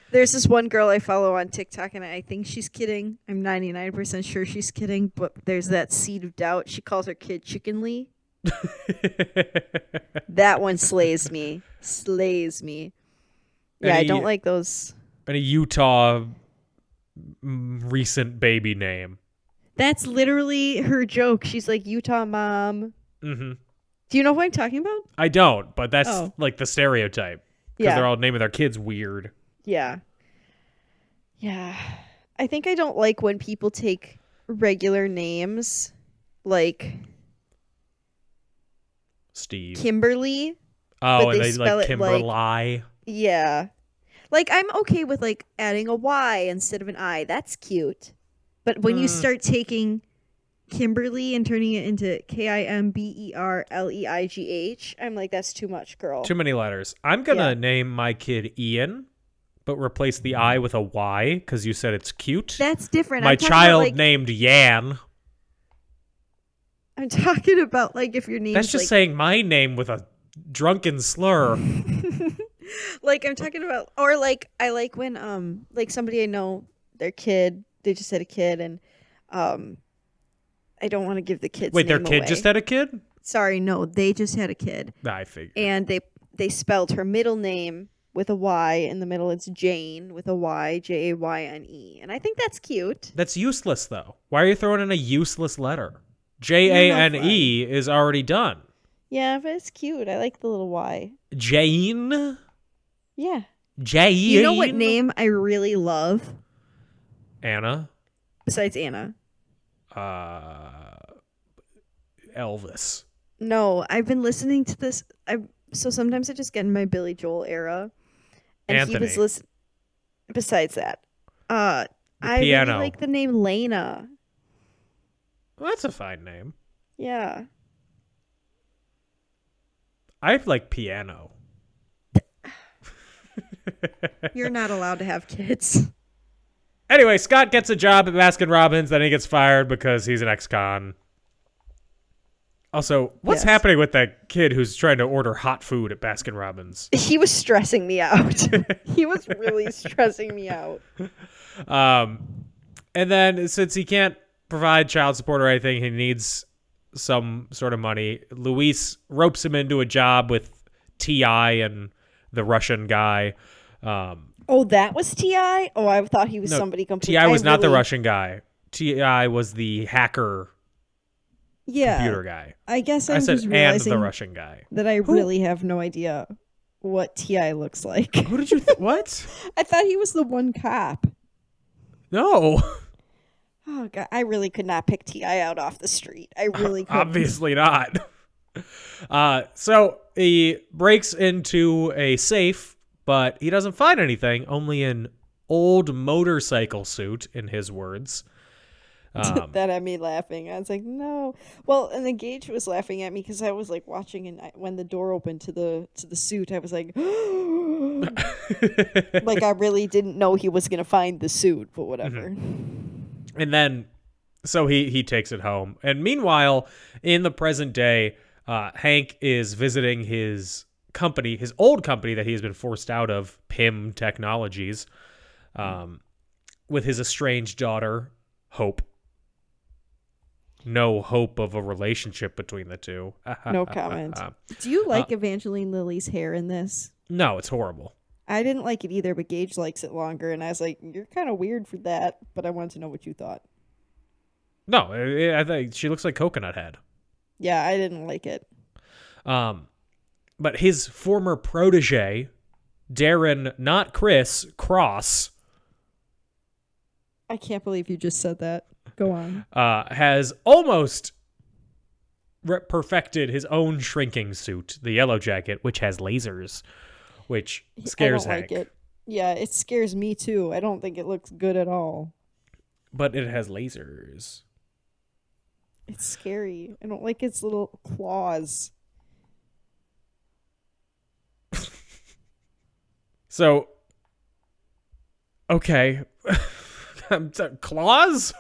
Speaker 7: There's this one girl I follow on TikTok and I think she's kidding. I'm 99% sure she's kidding, but there's that seed of doubt. She calls her kid Chicken Lee. That one slays me. slays me. Yeah, I
Speaker 6: [LAUGHS]
Speaker 7: don't
Speaker 6: Any-
Speaker 7: like those.
Speaker 6: and a Utah mm, recent baby name.
Speaker 7: That's literally her joke. She's like Utah mom.
Speaker 6: hmm
Speaker 7: Do you know what I'm talking about?
Speaker 6: I don't, but that's
Speaker 7: Oh.
Speaker 6: like the stereotype because
Speaker 7: Yeah.
Speaker 6: they're all naming their kids weird.
Speaker 7: yeah. Yeah. I think I don't like when people take regular names like
Speaker 6: Steve.
Speaker 7: Kimberly.
Speaker 6: oh,
Speaker 7: but
Speaker 6: and
Speaker 7: they
Speaker 6: they,
Speaker 7: spell
Speaker 6: like
Speaker 7: it like-
Speaker 6: Kimberly.
Speaker 7: Yeah. Like I'm okay with like adding a Y instead of an I. That's cute. But when
Speaker 6: Mm.
Speaker 7: you start taking Kimberly and turning it into K I M B E R L E I G H, I'm like that's too much, girl.
Speaker 6: Too many letters. I'm gonna
Speaker 7: Yeah.
Speaker 6: name my kid Ian, but replace the I with a Y because you said it's cute.
Speaker 7: that's different.
Speaker 6: my
Speaker 7: I'm talking
Speaker 6: child
Speaker 7: about, like,
Speaker 6: named Yan.
Speaker 7: I'm talking about like if your name's
Speaker 6: That's just
Speaker 7: like,
Speaker 6: saying my name with a drunken slur.
Speaker 7: [LAUGHS] like I'm talking about or like I like when um like somebody I know their kid they just had a kid and um I don't want to give the kids
Speaker 6: Wait, their
Speaker 7: name
Speaker 6: kid
Speaker 7: away.
Speaker 6: just had a kid?
Speaker 7: sorry no they just had a kid
Speaker 6: I figured.
Speaker 7: and they they spelled her middle name with a Y in the middle it's Jane with a Y J A Y N E and I think that's cute
Speaker 6: That's useless though. Why are you throwing in a useless letter? J A N E is already done.
Speaker 7: yeah but it's cute I like the little Y
Speaker 6: Jane.
Speaker 7: yeah
Speaker 6: Jane.
Speaker 7: you know what name I really love
Speaker 6: Anna.
Speaker 7: besides Anna
Speaker 6: Uh, Elvis.
Speaker 7: No, I've been listening to this. I so sometimes I just get in my Billy Joel era, and he was
Speaker 6: Anthony.
Speaker 7: listening. Besides that, uh,
Speaker 6: The
Speaker 7: I really
Speaker 6: piano.
Speaker 7: like the name Lena.
Speaker 6: Well, that's a fine name. [LAUGHS]
Speaker 7: Yeah,
Speaker 6: I like piano.
Speaker 7: you're not allowed to have kids.
Speaker 6: Anyway, Scott gets a job at Baskin Robbins, then he gets fired because he's an ex-con. Also, what's
Speaker 7: Yes.
Speaker 6: happening with that kid who's trying to order hot food at Baskin Robbins?
Speaker 7: He was stressing
Speaker 6: [LAUGHS]
Speaker 7: me out. he was really stressing me out.
Speaker 6: Um, and then since he can't provide child support or anything, he needs some sort of money. Luis ropes him into a job with Ti and the Russian guy. Um,
Speaker 7: Oh, that was Ti. Oh, I thought he was
Speaker 6: No,
Speaker 7: somebody completely.
Speaker 6: Ti was not the
Speaker 7: really-
Speaker 6: Russian guy. Ti was the hacker
Speaker 7: Yeah,
Speaker 6: computer guy.
Speaker 7: I guess I'm
Speaker 6: I said
Speaker 7: just
Speaker 6: and
Speaker 7: realizing
Speaker 6: the Russian guy.
Speaker 7: that I really have no idea what Ti looks like.
Speaker 6: Who did you?
Speaker 7: [LAUGHS]
Speaker 6: Th- what?
Speaker 7: I thought he was the one cop. [LAUGHS]
Speaker 6: No,
Speaker 7: Oh god, I really could not pick Ti out off the street.
Speaker 6: [LAUGHS]
Speaker 7: I really could.
Speaker 6: obviously not. Uh, so he breaks into a safe, but he doesn't find anything. Only an old motorcycle suit, in his
Speaker 7: [LAUGHS]
Speaker 6: words. Um,
Speaker 7: that had me laughing. I was like, no. Well, and then Gage was laughing at me because I was like watching, and I, when the door opened to the to the suit, I was like, [GASPS] like I really didn't know he was gonna find the suit, but whatever.
Speaker 6: and then so he he takes it home and meanwhile in the present day uh hank is visiting his company his old company that he has been forced out of pim technologies um with his estranged daughter hope no hope of a relationship between the two [LAUGHS]
Speaker 7: No
Speaker 6: uh,
Speaker 7: comment. Do you like Evangeline Lilly's hair in this?
Speaker 6: no it's horrible
Speaker 7: I didn't like it either, but Gage likes it longer, and I was like, you're kind of weird for that. But I wanted to know what you thought.
Speaker 6: no I- i think she looks like coconut head
Speaker 7: Yeah, I didn't like it.
Speaker 6: Um, but his former protege, Darren, not Chris, Cross,
Speaker 7: I can't believe you just said that. Go on.
Speaker 6: uh, has almost re- perfected his own shrinking suit, the yellow jacket, which has lasers, which
Speaker 7: [LAUGHS] I
Speaker 6: scares
Speaker 7: don't
Speaker 6: Hank.
Speaker 7: like it. Yeah, it scares me too. I don't think it looks good at all.
Speaker 6: but it has lasers.
Speaker 7: It's scary. I don't like its little claws.
Speaker 6: So, okay, [LAUGHS] I'm sorry, claws.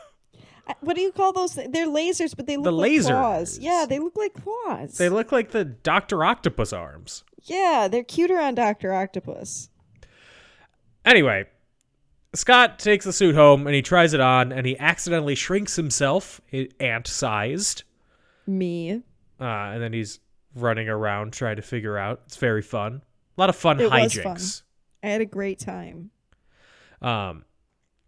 Speaker 7: I- What do you call those? thi- They're lasers, but they look
Speaker 6: The
Speaker 7: like claws.
Speaker 6: lasers.
Speaker 7: Yeah, they look like claws.
Speaker 6: They look like the Doctor Octopus arms.
Speaker 7: yeah, they're cuter on Doctor Octopus.
Speaker 6: Anyway, Scott takes the suit home and he tries it on, and he accidentally shrinks himself ant-sized,
Speaker 7: Me.
Speaker 6: uh, and then he's running around trying to figure out. It's very fun. A lot of fun
Speaker 7: It
Speaker 6: hijinks.
Speaker 7: was fun. I had a great time.
Speaker 6: Um,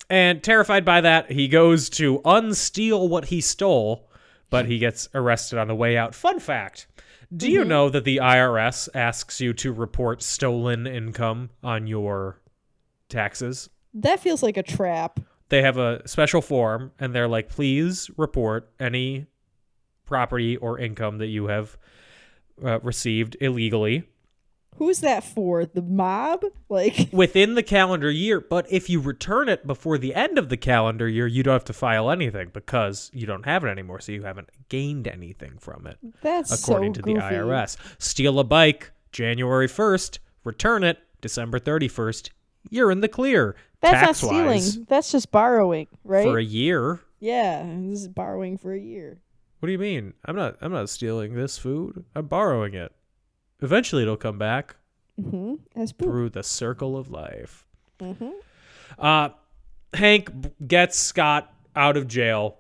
Speaker 6: and terrified by that, he goes to unsteal what he stole, but he gets arrested on the way out. Fun fact Do
Speaker 7: Mm-hmm.
Speaker 6: you know that the IRS asks you to report stolen income on your taxes?
Speaker 7: That feels like a trap.
Speaker 6: They have a special form, and they're like, please report any property or income that you have uh, received illegally.
Speaker 7: Who's that for? The mob? Like, [LAUGHS]
Speaker 6: within the calendar year, but if you return it before the end of the calendar year, you don't have to file anything because you don't have it anymore, so you haven't gained anything from it,
Speaker 7: that's
Speaker 6: according
Speaker 7: so
Speaker 6: to the
Speaker 7: goofy.
Speaker 6: IRS. Steal a bike January 1st, return it December 31st, you're in the clear.
Speaker 7: That's
Speaker 6: tax
Speaker 7: not stealing.
Speaker 6: wise,
Speaker 7: That's just borrowing, right?
Speaker 6: for a year.
Speaker 7: yeah, this is borrowing for a year.
Speaker 6: What do you mean? I'm not I'm not stealing this food. I'm borrowing it. Eventually it'll come back.
Speaker 7: Mm-hmm. That's poop.
Speaker 6: through the circle of life.
Speaker 7: Mhm.
Speaker 6: Uh, Hank b- gets Scott out of jail,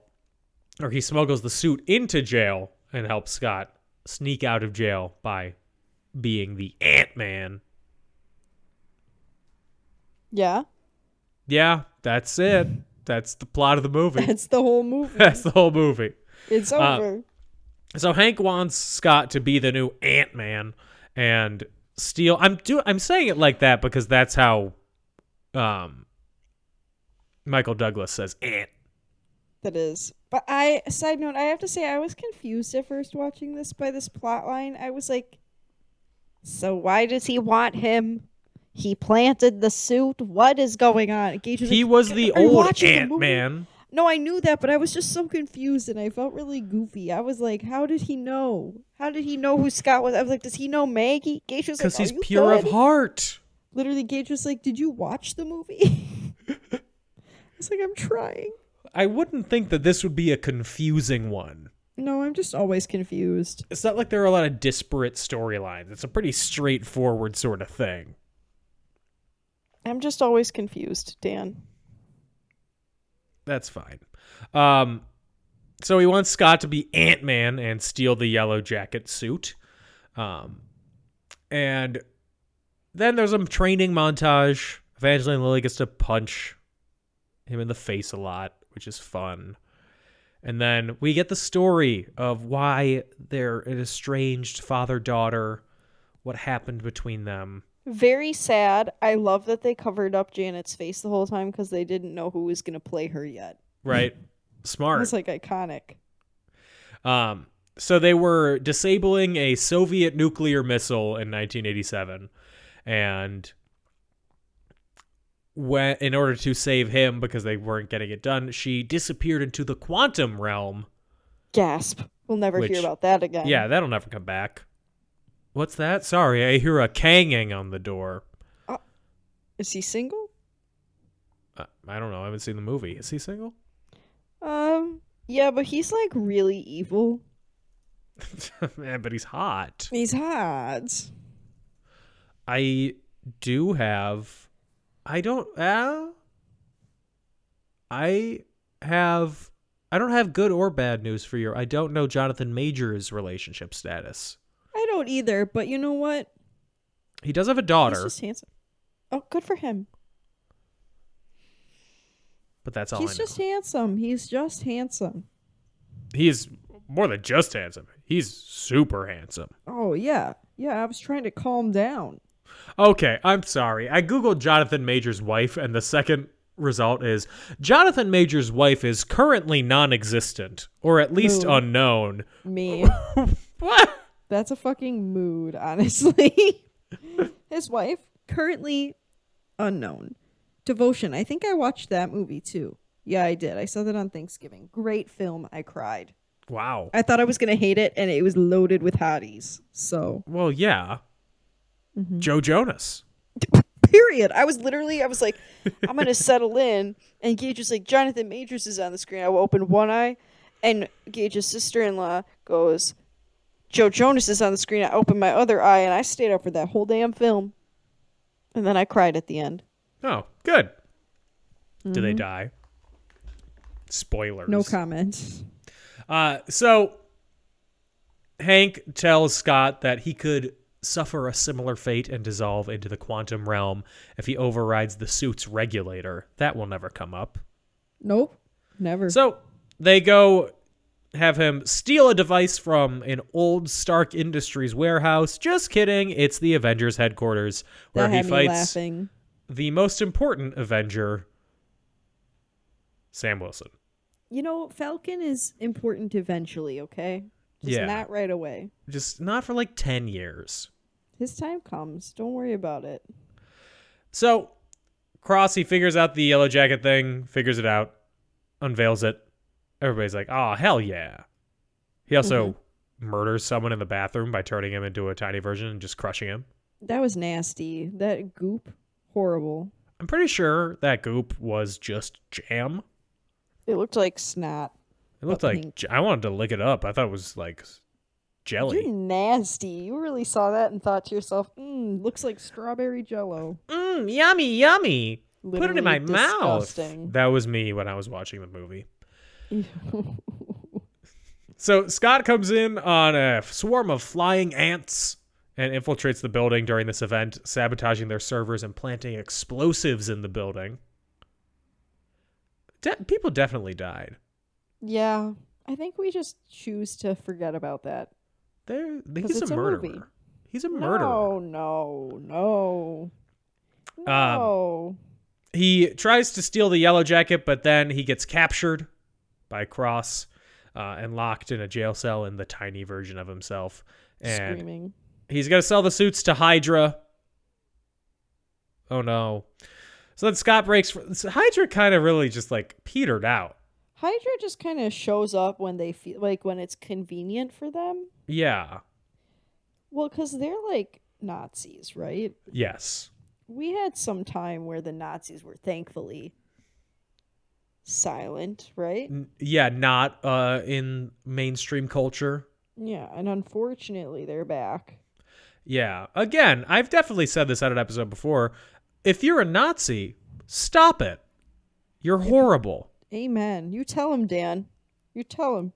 Speaker 6: or he smuggles the suit into jail and helps Scott sneak out of jail by being the Ant Man.
Speaker 7: Yeah, [LAUGHS]
Speaker 6: Yeah, that's it. That's the plot of the
Speaker 7: [LAUGHS]
Speaker 6: movie.
Speaker 7: that's the whole movie.
Speaker 6: that's the whole movie.
Speaker 7: It's
Speaker 6: Uh,
Speaker 7: over.
Speaker 6: So Hank wants Scott to be the new Ant Man and steal. I'm do I'm saying it like that because that's how, um, Michael Douglas says Ant.
Speaker 7: that is. But I, side note, I have to say, I was confused at first watching this by this plot line. I was like, so why does he want him? He planted the suit. What is going on? Gage
Speaker 6: He
Speaker 7: like,
Speaker 6: was the
Speaker 7: "Are you
Speaker 6: old
Speaker 7: watching the
Speaker 6: Ant
Speaker 7: movie?"
Speaker 6: Man.
Speaker 7: No, I knew that, but I was just so confused and I felt really goofy. I was like, how did he know? How did he know who Scott was? I was like, does he know Maggie? Gage was like,
Speaker 6: Because
Speaker 7: "Are
Speaker 6: he's
Speaker 7: you
Speaker 6: pure
Speaker 7: good?"
Speaker 6: of heart.
Speaker 7: Literally, Gage was like, did you watch the movie? [LAUGHS] I was like, I'm trying.
Speaker 6: I wouldn't think that this would be a confusing one.
Speaker 7: No, I'm just always confused.
Speaker 6: It's not like there are a lot of disparate storylines. It's a pretty straightforward sort of thing.
Speaker 7: I'm just always confused, Dan.
Speaker 6: That's fine. Um, so he wants Scott to be Ant Man and steal the yellow jacket suit. Um, and then there's a training montage. Evangeline Lilly gets to punch him in the face a lot, which is fun. And then we get the story of why they're an estranged father daughter, what happened between them.
Speaker 7: Very sad. I love that they covered up Janet's face the whole time because they didn't know who was going to play her yet.
Speaker 6: Right?
Speaker 7: It
Speaker 6: Smart.
Speaker 7: was like iconic.
Speaker 6: Um, so they were disabling a Soviet nuclear missile in 1987, and when, in order to save him because they weren't getting it done, she disappeared into the quantum realm.
Speaker 7: Gasp. We'll never
Speaker 6: Which-
Speaker 7: hear about that again.
Speaker 6: Yeah, that'll never come back. What's that? Sorry, I hear a kanging on the door.
Speaker 7: Is he single?
Speaker 6: Uh, I don't know. I haven't seen the movie. Is he single? [LAUGHS]
Speaker 7: Um, yeah, but he's like really evil.
Speaker 6: Man, but he's hot.
Speaker 7: He's hot.
Speaker 6: I do have. I don't. Uh, I have. I don't have good or bad news for you. I don't know Jonathan Major's relationship status.
Speaker 7: I don't either, but you know what?
Speaker 6: He does have a
Speaker 7: He's
Speaker 6: daughter,
Speaker 7: just handsome. Oh, good for him.
Speaker 6: but that's all. I
Speaker 7: he's
Speaker 6: know.
Speaker 7: just handsome. He's just handsome.
Speaker 6: he is more than just handsome. He's super handsome.
Speaker 7: Oh, yeah. Yeah, I was trying to calm down.
Speaker 6: Okay, I'm sorry. I googled Jonathan Major's wife, and the second result is Jonathan Major's wife is currently non-existent, or at least
Speaker 7: Ooh.
Speaker 6: unknown. [LAUGHS]
Speaker 7: Me.
Speaker 6: What?
Speaker 7: That's a fucking mood, honestly. [LAUGHS] His wife, currently unknown. Devotion. I think I watched that movie too. Yeah, I did. I saw that on Thanksgiving. Great film. I cried.
Speaker 6: Wow.
Speaker 7: I thought I was gonna hate it, and it was loaded with hotties. So
Speaker 6: Well, yeah.
Speaker 7: Mm-hmm.
Speaker 6: Joe Jonas.
Speaker 7: period. I was literally, I was like,
Speaker 6: [LAUGHS]
Speaker 7: I'm gonna settle in, and Gage was like, Jonathan Majors is on the screen. I opened one eye, and Gage's sister-in-law goes, Joe Jonas is on the screen. I opened my other eye, and I stayed up for that whole damn film, and then I cried at the end.
Speaker 6: Oh, good. Do they die? Spoilers.
Speaker 7: Mm-hmm. No comment.
Speaker 6: Uh, so Hank tells Scott that he could suffer a similar fate and dissolve into the quantum realm if he overrides the suit's regulator. That will never come up.
Speaker 7: Nope. Never.
Speaker 6: So they go have him steal a device from an old Stark Industries warehouse. Just kidding. It's the Avengers headquarters where
Speaker 7: that
Speaker 6: he
Speaker 7: had me
Speaker 6: fights
Speaker 7: laughing.
Speaker 6: the most important Avenger, Sam Wilson.
Speaker 7: You know, Falcon is important eventually. Okay. Just
Speaker 6: Yeah.
Speaker 7: Not right away.
Speaker 6: Just not for like 10 years.
Speaker 7: His time comes. Don't worry about it.
Speaker 6: So, Cross, he figures out the yellow jacket thing, figures it out, unveils it. Everybody's like, oh, hell yeah. He also murders someone in the bathroom by turning him into a tiny version and just crushing him.
Speaker 7: That was nasty. That goop. Horrible.
Speaker 6: I'm pretty sure that goop was just jam.
Speaker 7: It looked like snot.
Speaker 6: It looked
Speaker 7: But
Speaker 6: like
Speaker 7: pink.
Speaker 6: j- I wanted to lick it up. I thought it was like s-
Speaker 7: You're
Speaker 6: jelly.
Speaker 7: nasty. You really saw that and thought to yourself, mm, looks like strawberry jello. [LAUGHS]
Speaker 6: Mmm, yummy, yummy. Put it in my
Speaker 7: Literally disgusting.
Speaker 6: mouth. That was me when I was watching the movie. So Scott comes in on a swarm of flying ants and infiltrates the building during this event, sabotaging their servers and planting explosives in the building. De- people definitely died.
Speaker 7: yeah. I think we just choose to forget about that.
Speaker 6: They're, he's
Speaker 7: 'Cause
Speaker 6: a
Speaker 7: it's a
Speaker 6: murderer.
Speaker 7: movie.
Speaker 6: He's a murderer.
Speaker 7: No, no,
Speaker 6: Um,
Speaker 7: no. No.
Speaker 6: he tries to steal the yellow jacket, but then he gets captured by Cross uh, and locked in a jail cell in the tiny version of himself. And
Speaker 7: Screaming.
Speaker 6: he's going to sell the suits to Hydra. Oh no. So then Scott breaks. fr- so Hydra kind of really just like petered out.
Speaker 7: Hydra just kind of shows up when they feel like when it's convenient for them.
Speaker 6: Yeah.
Speaker 7: Well, because they're like Nazis, right?
Speaker 6: Yes.
Speaker 7: We had some time where the Nazis were thankfully silent, right?
Speaker 6: N- yeah, not uh, in mainstream culture.
Speaker 7: Yeah, and unfortunately they're back.
Speaker 6: Yeah. Again, I've definitely said this on an episode before. If you're a Nazi, stop it. You're horrible.
Speaker 7: Amen. You tell him, Dan. You tell him.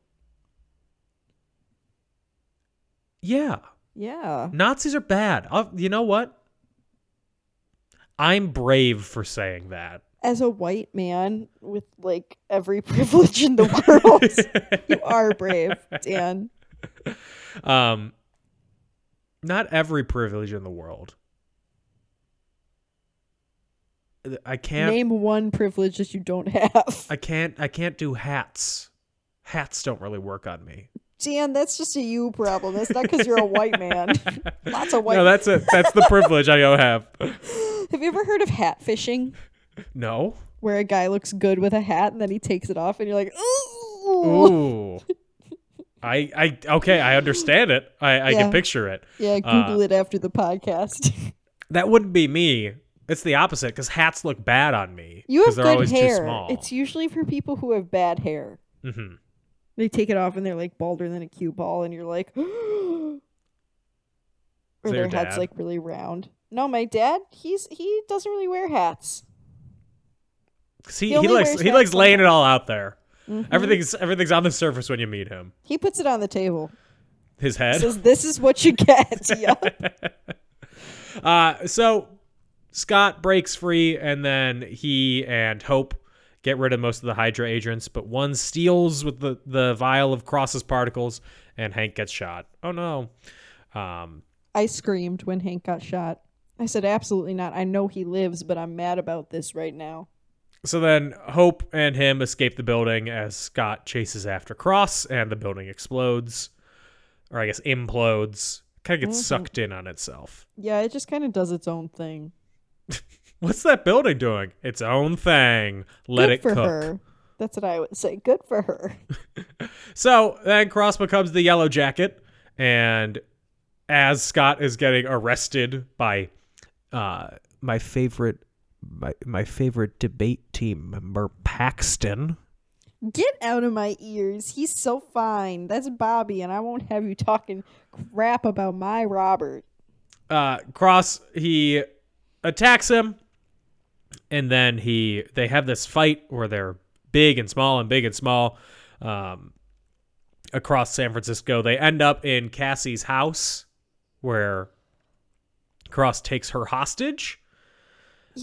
Speaker 6: Yeah.
Speaker 7: Yeah.
Speaker 6: Nazis are bad. I'll, you know what? I'm brave for saying that.
Speaker 7: As a white man with like every [LAUGHS] privilege in the
Speaker 6: [LAUGHS]
Speaker 7: world, you are brave, Dan.
Speaker 6: Um, not every privilege in the world. I can't.
Speaker 7: Name one privilege that you don't have.
Speaker 6: I can't. I can't do hats. Hats don't really work on me.
Speaker 7: Dan, that's just a you problem. That's not because you're a
Speaker 6: [LAUGHS]
Speaker 7: white man. Lots of white.
Speaker 6: No, that's it. That's
Speaker 7: [LAUGHS]
Speaker 6: the privilege I don't have.
Speaker 7: Have you ever heard of hat fishing,
Speaker 6: No.
Speaker 7: where a guy looks good with a hat and then he takes it off, and you're like, ooh.
Speaker 6: Ooh. I. I. Okay. I understand it. I. I
Speaker 7: Yeah.
Speaker 6: can picture it.
Speaker 7: Yeah,
Speaker 6: Uh,
Speaker 7: Google it after the podcast. [LAUGHS]
Speaker 6: That wouldn't be me. It's the opposite because hats look bad on me.
Speaker 7: you
Speaker 6: 'cause
Speaker 7: have
Speaker 6: they're
Speaker 7: good
Speaker 6: always
Speaker 7: hair.
Speaker 6: Too small.
Speaker 7: It's usually for people who have bad hair.
Speaker 6: Mhm.
Speaker 7: They take it off and they're like balder than a cue ball, and you're like, [GASPS] or
Speaker 6: that
Speaker 7: their
Speaker 6: your
Speaker 7: head's
Speaker 6: dad?
Speaker 7: like really round. No, my dad, he's he doesn't really wear hats.
Speaker 6: 'Cause he,
Speaker 7: He
Speaker 6: he,
Speaker 7: only
Speaker 6: likes
Speaker 7: wears
Speaker 6: he
Speaker 7: hats Mm-hmm.
Speaker 6: likes laying it
Speaker 7: sometimes.
Speaker 6: all out there. Everything's everything's on the surface when you meet him.
Speaker 7: He puts it on
Speaker 6: [LAUGHS]
Speaker 7: the table.
Speaker 6: His head.
Speaker 7: Says, "This is what you get." [LAUGHS] yeah.
Speaker 6: Uh, so Scott breaks free, and then he and Hope get rid of most of the Hydra agents, but one steals with the the vial of Cross's particles, and Hank gets shot. Oh no! Um,
Speaker 7: I screamed when Hank got shot. I said, absolutely not. I know he lives, but I'm mad about this right now.
Speaker 6: so then Hope and him escape the building as Scott chases after Cross, and the building explodes, or I guess implodes. Kind of
Speaker 7: Mm-hmm.
Speaker 6: gets sucked in on itself.
Speaker 7: Yeah, it just kind of does its own thing.
Speaker 6: What's that building doing? Its own thing. Let
Speaker 7: Good
Speaker 6: it
Speaker 7: for
Speaker 6: cook.
Speaker 7: her. That's what I would say. Good for her. [LAUGHS]
Speaker 6: So then Cross becomes the Yellow Jacket, and as Scott is getting arrested by uh, my favorite my, my favorite debate team member Paxton.
Speaker 7: Get out of my ears. He's so fine. That's Bobby, and I won't have you talking crap about my Robert.
Speaker 6: uh, Cross he attacks him, and then he they have this fight where they're big and small and big and small um, across San Francisco. They end up in Cassie's house, where Cross takes her hostage.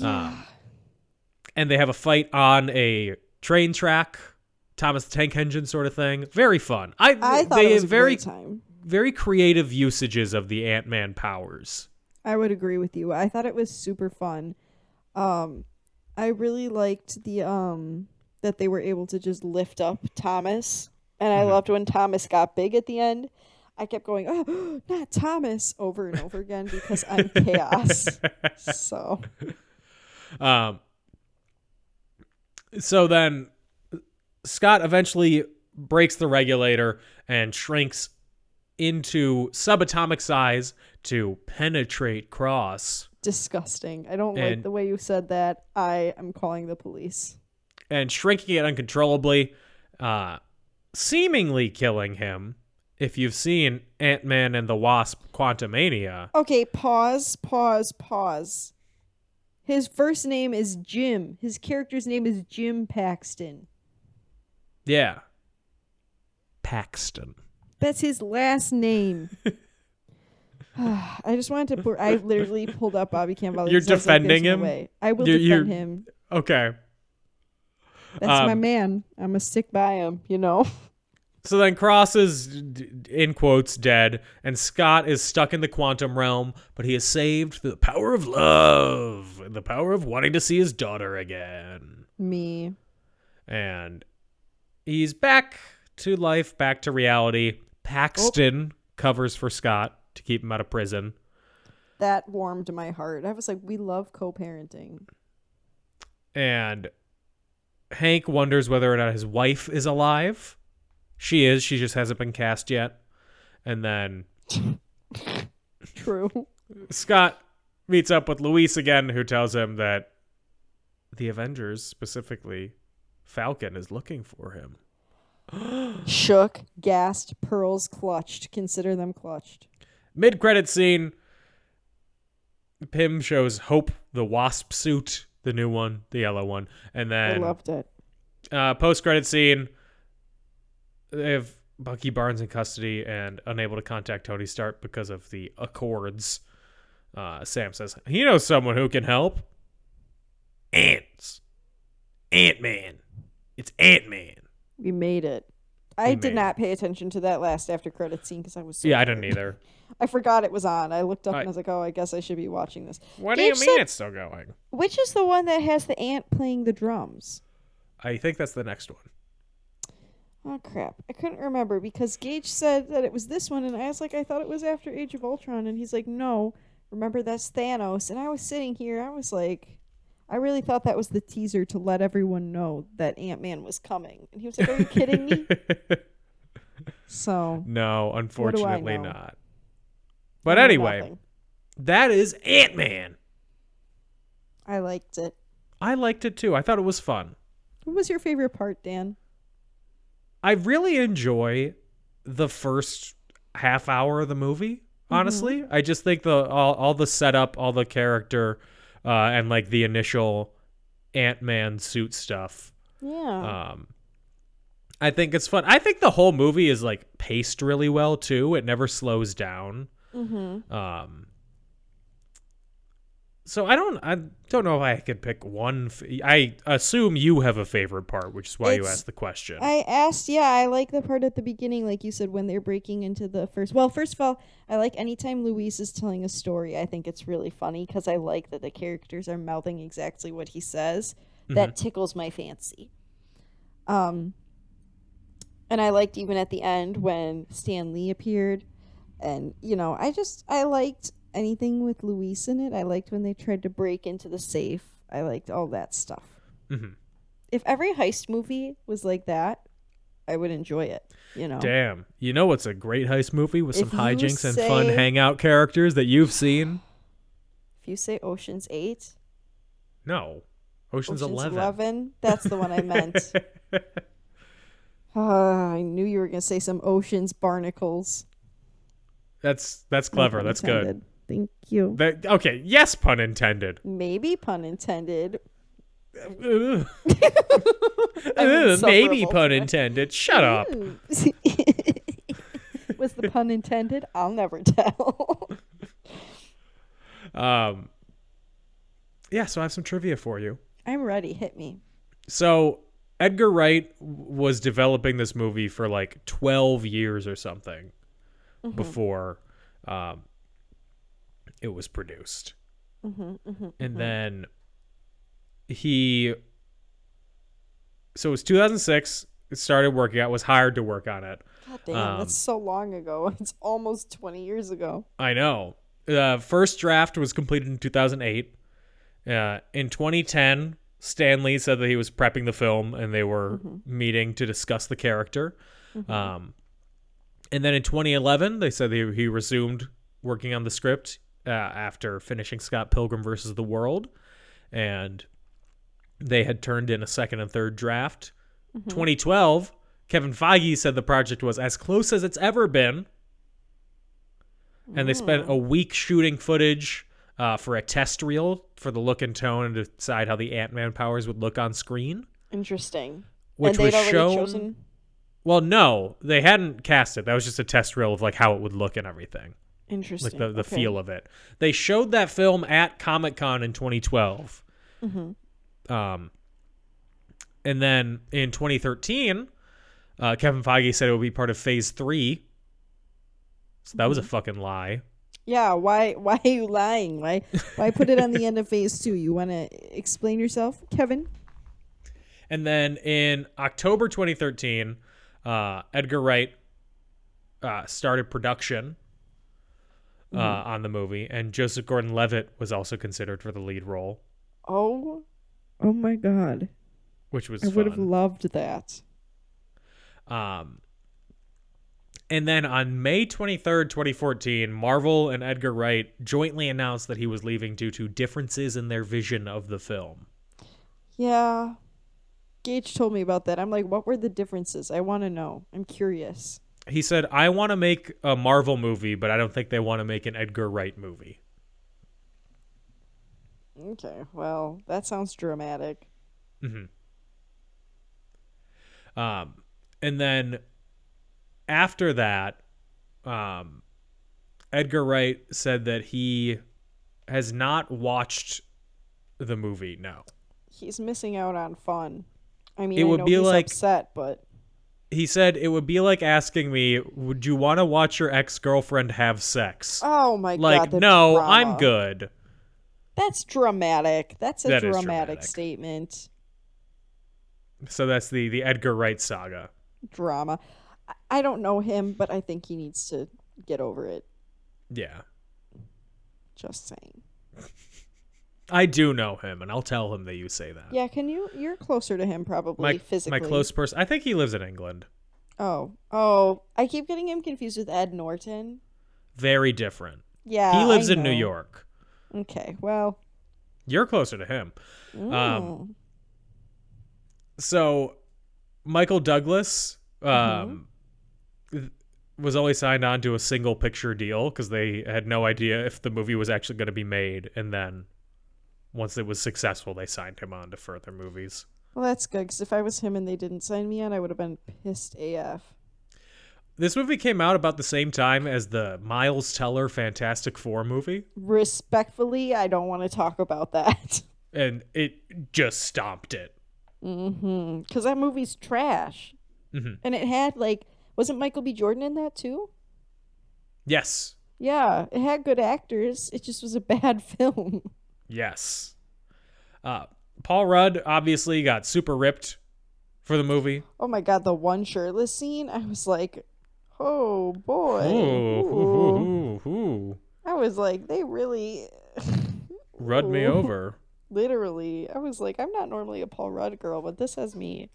Speaker 6: Um, and they have a fight on a train track, Thomas the Tank Engine sort of thing. Very fun. I,
Speaker 7: I thought
Speaker 6: they
Speaker 7: it was a
Speaker 6: very
Speaker 7: great time.
Speaker 6: very creative usages of the Ant Man powers.
Speaker 7: I would agree with you. I thought it was super fun. Um, I really liked the um that they were able to just lift up Thomas, and I loved when Thomas got big at the end. I kept going, oh, [GASPS] not Thomas, over and over again because I'm chaos. So
Speaker 6: Um, so then Scott eventually breaks the regulator and shrinks into subatomic size to penetrate Cross.
Speaker 7: disgusting. I don't like
Speaker 6: And-
Speaker 7: the way you said that. I am calling the police.
Speaker 6: and shrinking it uncontrollably, uh, seemingly killing him. If you've seen Ant Man and the Wasp Quantumania,
Speaker 7: Okay, pause, pause, pause. His first name is Jim. His character's name is Jim Paxton.
Speaker 6: yeah. Paxton.
Speaker 7: That's his
Speaker 6: [LAUGHS]
Speaker 7: last name. [SIGHS] I just wanted to. Pour, I literally pulled up Bobby Cannavale.
Speaker 6: You're
Speaker 7: because I was like,
Speaker 6: defending
Speaker 7: "There's no
Speaker 6: him?
Speaker 7: way." I will
Speaker 6: You're-
Speaker 7: defend
Speaker 6: you're-
Speaker 7: him.
Speaker 6: Okay.
Speaker 7: That's my
Speaker 6: um,
Speaker 7: man. I'm gonna stick by him. You know. [LAUGHS]
Speaker 6: So then Cross is, d- d- in quotes, dead, and Scott is stuck in the quantum realm, but he is saved through the power of love and the power of wanting to see his daughter again.
Speaker 7: Me.
Speaker 6: and he's back to life, back to reality. Paxton covers for Scott to keep him out of prison.
Speaker 7: That warmed my heart. I was like, we love co-parenting.
Speaker 6: And Hank wonders whether or not his wife is alive. She is, she just hasn't been cast yet. And then [LAUGHS]
Speaker 7: True.
Speaker 6: Scott meets up with Luis again, who tells him that the Avengers, specifically Falcon, is looking for him.
Speaker 7: Shook, gassed, pearls clutched. Consider them clutched.
Speaker 6: Mid credit scene, Pym shows Hope the wasp suit, the new one, the yellow one, and
Speaker 7: I
Speaker 6: then
Speaker 7: loved it.
Speaker 6: uh, post credit scene, they have Bucky Barnes in custody and unable to contact Tony Stark because of the Accords. Uh, Sam says he knows someone who can help. Ants, Ant Man, it's Ant Man.
Speaker 7: We made it. I
Speaker 6: We
Speaker 7: did
Speaker 6: made
Speaker 7: not pay attention to that last after credit scene because I was. So
Speaker 6: Yeah, I
Speaker 7: tired.
Speaker 6: didn't either.
Speaker 7: I forgot it was on. I looked up
Speaker 6: I-
Speaker 7: and I was like, oh, I guess I should be watching this.
Speaker 6: What do you
Speaker 7: Gabe
Speaker 6: mean
Speaker 7: said-
Speaker 6: it's still going?
Speaker 7: Which is the one that has the ant playing the drums?
Speaker 6: I think that's the next one.
Speaker 7: Oh crap. I couldn't remember because Gage said that it was this one and I was like I thought it was after Age of Ultron and he's like no, remember that's Thanos and I was sitting here I was like I really thought that was the teaser to let everyone know that Ant-Man was coming. And he was
Speaker 6: [LAUGHS]
Speaker 7: like are you kidding me? So
Speaker 6: No, unfortunately
Speaker 7: know?
Speaker 6: not. But
Speaker 7: I know
Speaker 6: anyway,
Speaker 7: nothing.
Speaker 6: that is Ant Man.
Speaker 7: I liked it.
Speaker 6: I liked it too. I thought it was fun.
Speaker 7: What was your favorite part, Dan?
Speaker 6: I really enjoy the first half hour of the movie.
Speaker 7: Mm-hmm.
Speaker 6: Honestly, I just think the all, all the setup, all the character, uh, and like the initial Ant Man suit stuff.
Speaker 7: Yeah.
Speaker 6: Um, I think it's fun. I think the whole movie is like paced really well too. It never slows down.
Speaker 7: mhm.
Speaker 6: Um, so I don't, I don't know if I could pick one. F- I assume you have a favorite part, which is why you
Speaker 7: It's-
Speaker 6: asked the question.
Speaker 7: I asked, yeah, I like the part at the beginning, like you said, when they're breaking into the first. Well, first of all, I like anytime Luis is telling a story. I think it's really funny because I like that the characters are mouthing exactly what he says. That tickles my fancy. Um, and I liked even at the end when Stan Lee appeared, and you know, I just I liked anything with Luis in it. I liked when they tried to break into the safe. I liked all that stuff.
Speaker 6: Mhm.
Speaker 7: if every heist movie was like that, I would enjoy it. You know,
Speaker 6: Damn. You know what's a great heist movie with some
Speaker 7: If you
Speaker 6: hijinks and fun
Speaker 7: say-
Speaker 6: hangout characters that you've seen?
Speaker 7: if you say Ocean's Eight,
Speaker 6: No. Ocean's,
Speaker 7: Ocean's
Speaker 6: 11.
Speaker 7: that's the one I meant. Ah, I knew you were gonna say some Ocean's Barnacles.
Speaker 6: That's that's
Speaker 7: No
Speaker 6: clever.
Speaker 7: pun
Speaker 6: That's
Speaker 7: intended. Thank you.
Speaker 6: good. That, okay, yes, pun intended.
Speaker 7: Maybe pun intended.
Speaker 6: Ugh. Ugh,
Speaker 7: I'm
Speaker 6: Maybe
Speaker 7: insufferable
Speaker 6: pun
Speaker 7: tonight.
Speaker 6: intended. Shut up.
Speaker 7: Ooh. Hmm. [LAUGHS] Was the pun intended? I'll never tell. [LAUGHS]
Speaker 6: Um, yeah, so I have some trivia for you.
Speaker 7: I'm ready. Hit me.
Speaker 6: So Edgar Wright w- was developing this movie for like 12 years or something before um, it was produced. and then he, so it was 2006. It started working. I was hired to work on it.
Speaker 7: God damn,
Speaker 6: Um,
Speaker 7: that's so long ago. [LAUGHS] It's almost 20 years ago.
Speaker 6: I know. Uh, first draft was completed in 2008. Uh, in 2010, Stanley said that he was prepping the film and they were meeting to discuss the character. Um, and then in 2011, they said he, he resumed working on the script uh, after finishing Scott Pilgrim versus the World. And they had turned in a second and third draft. 2012, Kevin Feige said the project was as close as it's ever been and they spent a week shooting footage uh, for a test reel for the look and tone and to decide how the Ant Man powers would look on screen,
Speaker 7: Interesting.
Speaker 6: which
Speaker 7: and they'd
Speaker 6: was
Speaker 7: already
Speaker 6: shown.
Speaker 7: chosen.
Speaker 6: Well, no, they hadn't cast it. That was just a test reel of like how it would look and everything, like
Speaker 7: Interesting.
Speaker 6: the the feel of it. They showed that film at Comic Con in 2012. Um, and then in 2013, uh, Kevin Feige said it would be part of Phase Three. So that was a fucking lie.
Speaker 7: Yeah, why why are you lying? Why why put it on the end of phase two? You wanna explain yourself, Kevin?
Speaker 6: And then in October 2013, uh, Edgar Wright uh, started production uh,
Speaker 7: Mm-hmm.
Speaker 6: on the movie, and Joseph Gordon Levitt was also considered for the lead role,
Speaker 7: Oh Oh my god.
Speaker 6: which was
Speaker 7: I would have
Speaker 6: fun.
Speaker 7: loved that.
Speaker 6: um, and then on May 23rd, 2014, Marvel and Edgar Wright jointly announced that he was leaving due to differences in their vision of the film.
Speaker 7: Yeah. Gage told me about that. I'm like, what were the differences? I wanna know. I'm curious.
Speaker 6: He said, I want to make a Marvel movie, but I don't think they want to make an Edgar Wright movie.
Speaker 7: Okay, well, that sounds dramatic.
Speaker 6: Um, and then after that, um, Edgar Wright said that he has not watched the movie. No,
Speaker 7: He's missing out on fun. I mean,
Speaker 6: It
Speaker 7: I
Speaker 6: would
Speaker 7: know
Speaker 6: be
Speaker 7: he's
Speaker 6: like-
Speaker 7: upset, but
Speaker 6: he said it would be like asking me, "Would you want to watch your ex girlfriend have sex?"
Speaker 7: oh my
Speaker 6: like,
Speaker 7: god, the
Speaker 6: no, I'm
Speaker 7: drama.
Speaker 6: good.
Speaker 7: That's dramatic. That's a
Speaker 6: That is
Speaker 7: dramatic,
Speaker 6: dramatic.
Speaker 7: statement.
Speaker 6: So that's the the Edgar Wright saga.
Speaker 7: Drama. I- I don't know him, but I think he needs to get over it.
Speaker 6: Yeah,
Speaker 7: Just saying.
Speaker 6: I do know him, and I'll tell him that you say that.
Speaker 7: Yeah, can you? You're closer to him probably
Speaker 6: my
Speaker 7: physically.
Speaker 6: my close person. I think he lives in England.
Speaker 7: Oh, oh, I keep getting him confused with Ed Norton.
Speaker 6: Very different.
Speaker 7: Yeah,
Speaker 6: he lives
Speaker 7: I
Speaker 6: in New
Speaker 7: know.
Speaker 6: York.
Speaker 7: Okay, well,
Speaker 6: You're closer to him.
Speaker 7: mm,
Speaker 6: So Michael Douglas um, th- was only signed on to a single picture deal because they had no idea if the movie was actually going to be made. And then once it was successful, they signed him on to further movies.
Speaker 7: well, that's good. Because if I was him and they didn't sign me on, I would have been pissed AF.
Speaker 6: This movie came out about the same time as the Miles Teller Fantastic Four movie,
Speaker 7: Respectfully, I don't want to talk about that. [LAUGHS]
Speaker 6: and it just stomped it.
Speaker 7: Mm-hmm. Because that movie's trash.
Speaker 6: Mhm.
Speaker 7: And it had like, wasn't Michael B. Jordan in that too?
Speaker 6: Yes,
Speaker 7: Yeah, it had good actors. It just was a [LAUGHS] bad film.
Speaker 6: yes. Uh, Paul Rudd obviously got super ripped for the movie.
Speaker 7: Oh my god, the one shirtless scene. I was like, oh boy.
Speaker 6: Ooh, Oh.
Speaker 7: Ooh. I was like, they really. [LAUGHS]
Speaker 6: Rud me
Speaker 7: Ooh.
Speaker 6: over.
Speaker 7: Literally, I was like, I'm not normally a Paul Rudd girl, but this has me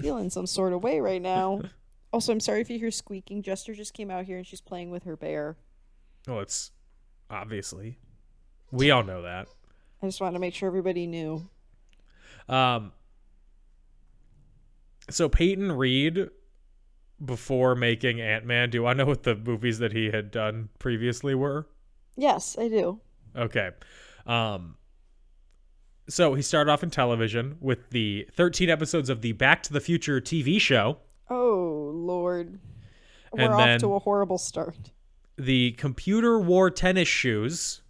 Speaker 7: feeling some sort of way
Speaker 6: [LAUGHS]
Speaker 7: right now. Also, I'm sorry if you hear squeaking. Jester just came out here and she's playing with her bear.
Speaker 6: Oh, it's obviously. We all know that.
Speaker 7: I just wanted to make sure everybody knew.
Speaker 6: Um, so Peyton Reed, before making Ant Man, do I know what the movies that he had done previously were?
Speaker 7: Yes, I do.
Speaker 6: Okay. Um, so he started off in television with the 13 episodes of the Back to the Future TV show,
Speaker 7: Oh, Lord. We're
Speaker 6: And
Speaker 7: off
Speaker 6: then-
Speaker 7: to a horrible start.
Speaker 6: the Computer War Tennis Shoes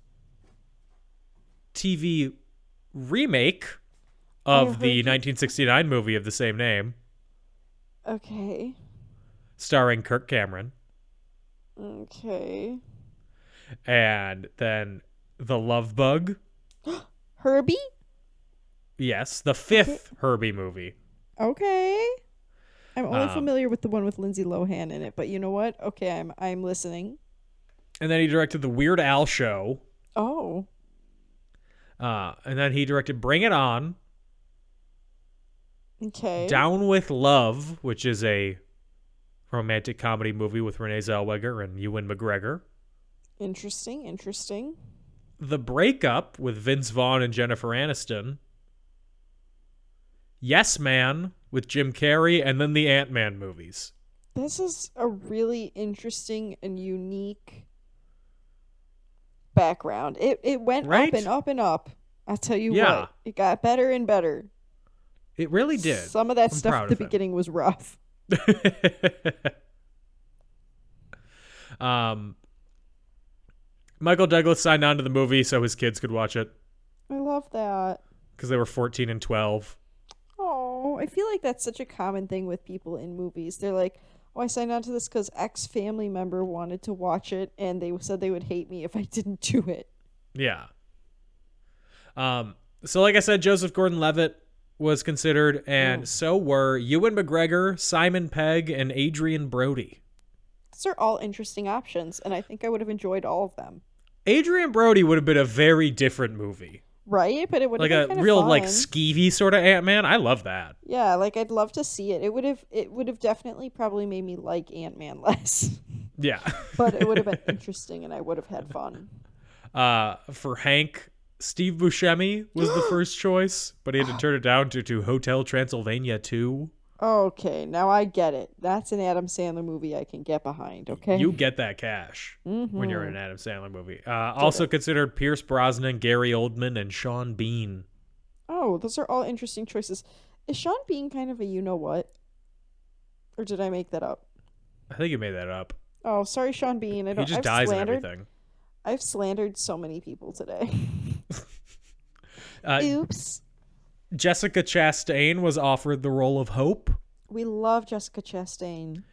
Speaker 6: TV remake of the 1969 movie of the same name,
Speaker 7: Okay.
Speaker 6: starring Kirk Cameron.
Speaker 7: Okay.
Speaker 6: and then the love bug
Speaker 7: Herbie?
Speaker 6: yes the fifth herbie movie
Speaker 7: Okay. I'm only
Speaker 6: Um,
Speaker 7: familiar with the one with Lindsay Lohan in it, but you know what? Okay, I'm I'm listening.
Speaker 6: and then he directed the weird al show
Speaker 7: Oh.
Speaker 6: uh, and then he directed bring it on
Speaker 7: Okay.
Speaker 6: down with love which is a romantic comedy movie with renee zellweger and ewan mcgregor
Speaker 7: Interesting, interesting.
Speaker 6: the breakup with vince vaughn and jennifer aniston yes man with jim carrey and then the ant-man movies
Speaker 7: This is a really interesting and unique background. It it went
Speaker 6: Right?
Speaker 7: up and up and up. I tell you
Speaker 6: Yeah.
Speaker 7: what, it got better and better.
Speaker 6: it really did
Speaker 7: Some of that
Speaker 6: I'm
Speaker 7: stuff
Speaker 6: proud
Speaker 7: at the
Speaker 6: of him.
Speaker 7: beginning was rough.
Speaker 6: [LAUGHS] um, Michael Douglas signed on to the movie so his kids could watch it
Speaker 7: I love that.
Speaker 6: because they were 14 and 12.
Speaker 7: Oh, I feel like that's such a common thing with people in movies. They're like, "Oh, I signed on to this because X family member wanted to watch it, and they said they would hate me if I [LAUGHS] didn't do it."
Speaker 6: Yeah. Um, so, like I said, Joseph Gordon Levitt was considered, and so were Ewan McGregor, Simon Pegg, and Adrian Brody.
Speaker 7: These are all interesting options, and I think I would have enjoyed all of them,
Speaker 6: Adrian Brody would have been a very different movie.
Speaker 7: right? But it would
Speaker 6: Like
Speaker 7: have
Speaker 6: a
Speaker 7: been kinda
Speaker 6: real, like,
Speaker 7: fun.
Speaker 6: skeevy sort of Ant Man. I love that.
Speaker 7: Yeah, like I'd love to see it. It would have it would have definitely probably made me like Ant Man [LAUGHS] less.
Speaker 6: Yeah. [LAUGHS]
Speaker 7: but it would have been interesting and I would have had fun.
Speaker 6: Uh, for Hank, Steve Buscemi was
Speaker 7: [GASPS]
Speaker 6: the first choice, but he had to turn it down due to Hotel Transylvania 2.
Speaker 7: Okay, now I get it. That's an Adam Sandler movie I can get behind, okay? Mm-hmm.
Speaker 6: You get that cash when you're in an Adam Sandler movie. Uh, also considered Pierce Brosnan, Gary Oldman, and Sean Bean.
Speaker 7: Oh, those are all interesting choices. Is Sean Bean kind of a you know what? Or did I make that up?
Speaker 6: I think you made that up.
Speaker 7: Oh, sorry, Sean Bean. I
Speaker 6: He
Speaker 7: don't.
Speaker 6: just
Speaker 7: I've
Speaker 6: dies in
Speaker 7: slandered.
Speaker 6: everything.
Speaker 7: I've slandered so many
Speaker 6: [LAUGHS]
Speaker 7: people today.
Speaker 6: Uh,
Speaker 7: Oops.
Speaker 6: Jessica Chastain was offered the role of Hope,
Speaker 7: We love Jessica Chastain.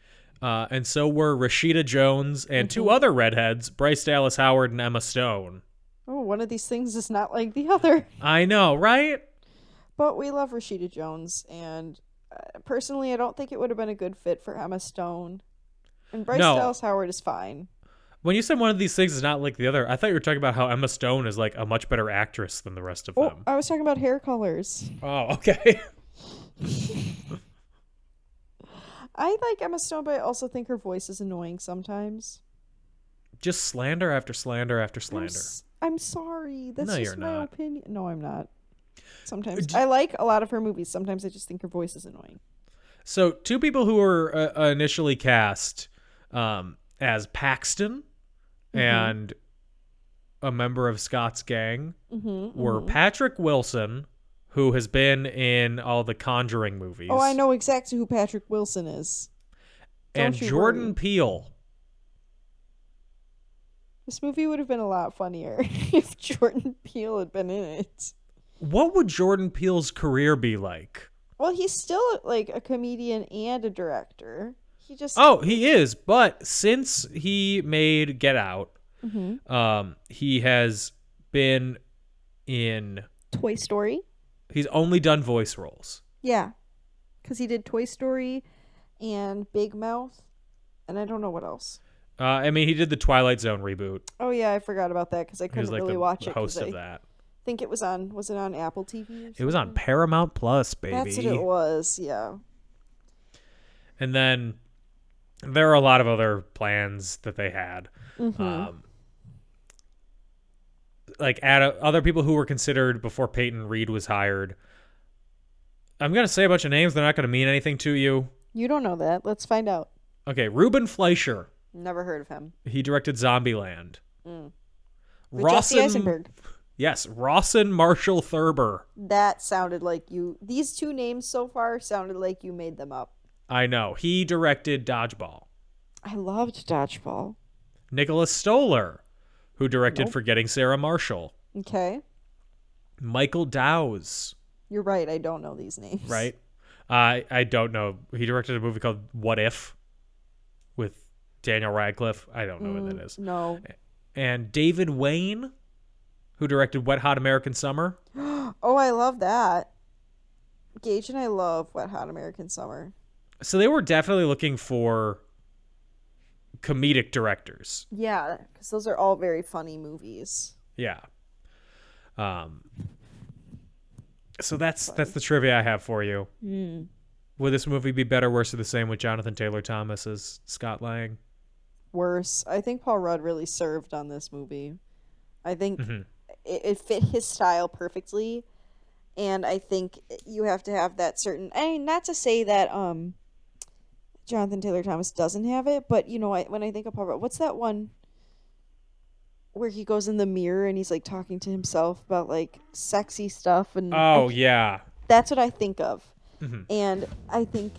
Speaker 6: uh, and so were Rashida Jones and
Speaker 7: Mm-hmm.
Speaker 6: two other redheads, Bryce Dallas Howard and Emma Stone.
Speaker 7: Oh, one of these things is not like the other.
Speaker 6: I know, right?
Speaker 7: But we love Rashida Jones, and uh, personally, I don't think it would have been a good fit for Emma Stone. And Bryce
Speaker 6: No.
Speaker 7: Dallas Howard is fine.
Speaker 6: When you said one of these things is not like the other, I thought you were talking about how Emma Stone is like a much better actress than the rest of
Speaker 7: Oh,
Speaker 6: them.
Speaker 7: I was talking about hair colors.
Speaker 6: Oh, [LAUGHS] okay.
Speaker 7: I like Emma Stone, but I also think her voice is annoying sometimes.
Speaker 6: Just slander after slander after
Speaker 7: I'm,
Speaker 6: slander.
Speaker 7: s- I'm sorry. That's
Speaker 6: No,
Speaker 7: just
Speaker 6: you're
Speaker 7: my
Speaker 6: not.
Speaker 7: opinion. No, I'm not. Sometimes
Speaker 6: d-
Speaker 7: I like a lot of her movies. Sometimes I just think her voice is annoying.
Speaker 6: So, two people who were uh, uh, initially cast um, as Paxton
Speaker 7: Mm-hmm.
Speaker 6: and a member of Scott's gang
Speaker 7: Mm-hmm.
Speaker 6: were Patrick Wilson, who has been in all the Conjuring movies,
Speaker 7: Oh, I know exactly who Patrick Wilson is.
Speaker 6: and
Speaker 7: Don't you
Speaker 6: Jordan
Speaker 7: worry.
Speaker 6: Peele.
Speaker 7: This movie would have been a lot funnier [LAUGHS] if Jordan Peele had been in it.
Speaker 6: What would Jordan Peele's career be like?
Speaker 7: Well, he's still like a comedian and a director. He just
Speaker 6: Oh, he is. But since he made Get Out,
Speaker 7: Mhm.
Speaker 6: um, he has been in.
Speaker 7: Toy Story.
Speaker 6: He's only done voice roles.
Speaker 7: Yeah, because he did Toy Story and Big Mouth, and I don't know what else.
Speaker 6: Uh, I mean, he did the Twilight Zone reboot.
Speaker 7: Oh yeah, I forgot about that because
Speaker 6: He
Speaker 7: I
Speaker 6: was
Speaker 7: couldn't
Speaker 6: like
Speaker 7: really
Speaker 6: the
Speaker 7: watch it. 'cause
Speaker 6: host
Speaker 7: I
Speaker 6: of that.
Speaker 7: think it was on was it on Apple TV? or
Speaker 6: It was on Paramount Plus, baby.
Speaker 7: That's what it was. Yeah.
Speaker 6: And then there are a lot of other plans that they had.
Speaker 7: Mm-hmm.
Speaker 6: Um, like add other people who were considered before Peyton Reed was hired. I'm gonna say a bunch of names. They're not gonna mean anything to you.
Speaker 7: You don't know that. Let's find out.
Speaker 6: Okay, Ruben Fleischer.
Speaker 7: Never heard of him.
Speaker 6: He directed Zombieland.
Speaker 7: But
Speaker 6: Rawson,
Speaker 7: Mm. Jesse Eisenberg.
Speaker 6: Yes, Rawson Marshall Thurber.
Speaker 7: That sounded like you. These two names so far sounded like you made them up.
Speaker 6: I know. He directed Dodgeball.
Speaker 7: I loved dodgeball.
Speaker 6: Nicholas Stoller, who directed Forgetting Sarah Marshall.
Speaker 7: Okay.
Speaker 6: Michael Dowes,
Speaker 7: You're right. I don't know these names.
Speaker 6: right? I I don't know. He directed a movie called What If with Daniel Radcliffe. I don't know what that is.
Speaker 7: No. [GASPS]
Speaker 6: And David Wayne, who directed Wet Hot American Summer.
Speaker 7: Oh, I love that. Gage and I love Wet Hot American Summer.
Speaker 6: So they were definitely looking for comedic directors.
Speaker 7: Yeah, because those are all very funny movies.
Speaker 6: Yeah. Um. So that's that's the trivia I have for you.
Speaker 7: Hmm.
Speaker 6: Would this movie be better, worse, or the same with Jonathan Taylor Thomas as Scott Lang?
Speaker 7: Worse, I think Paul Rudd really served on this movie. I think it, it fit his style perfectly, and I think you have to have that certain. I mean, not to say that um, Jonathan Taylor Thomas doesn't have it, but you know, I, when I think of Paul Rudd, what's that one where he goes in the mirror and he's like talking to himself about like sexy stuff and
Speaker 6: Oh yeah,
Speaker 7: that's what I think of.
Speaker 6: Mm-hmm.
Speaker 7: And I think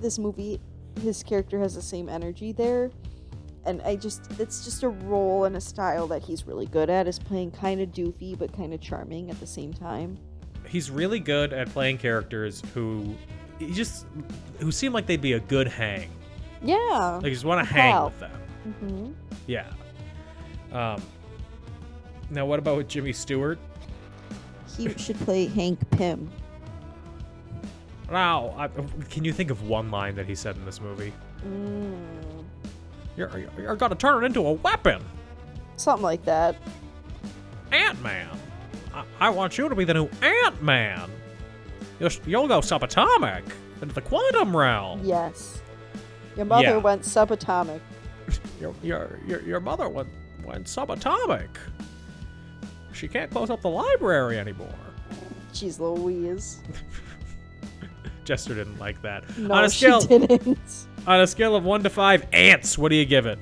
Speaker 7: this movie, his character has the same energy there. And I just, it's just a role and a style that he's really good at, is playing kind of doofy but kind of charming at the same time.
Speaker 6: he's really good at playing characters who he just who seem like they'd be a good hang.
Speaker 7: Yeah.
Speaker 6: Like you just want to hang
Speaker 7: Wow.
Speaker 6: with them.
Speaker 7: Mm-hmm.
Speaker 6: Yeah. Um. Now what about with Jimmy Stewart?
Speaker 7: He should play Hank Pym.
Speaker 6: Wow, I, can you think of one line that he said in this movie? You're, you're, you're gonna turn it into a weapon,
Speaker 7: Something like that.
Speaker 6: Ant Man. I, I want you to be the new Ant Man. You'll, you'll go subatomic into the quantum realm.
Speaker 7: Yes. Your mother
Speaker 6: Yeah.
Speaker 7: went subatomic.
Speaker 6: Your, your, your, your mother went, went subatomic. She can't close up the library anymore.
Speaker 7: She's Louise.
Speaker 6: Jester didn't like that.
Speaker 7: No,
Speaker 6: on a
Speaker 7: she
Speaker 6: scale
Speaker 7: didn't. [LAUGHS]
Speaker 6: on a scale of one to five ants, what do you give it?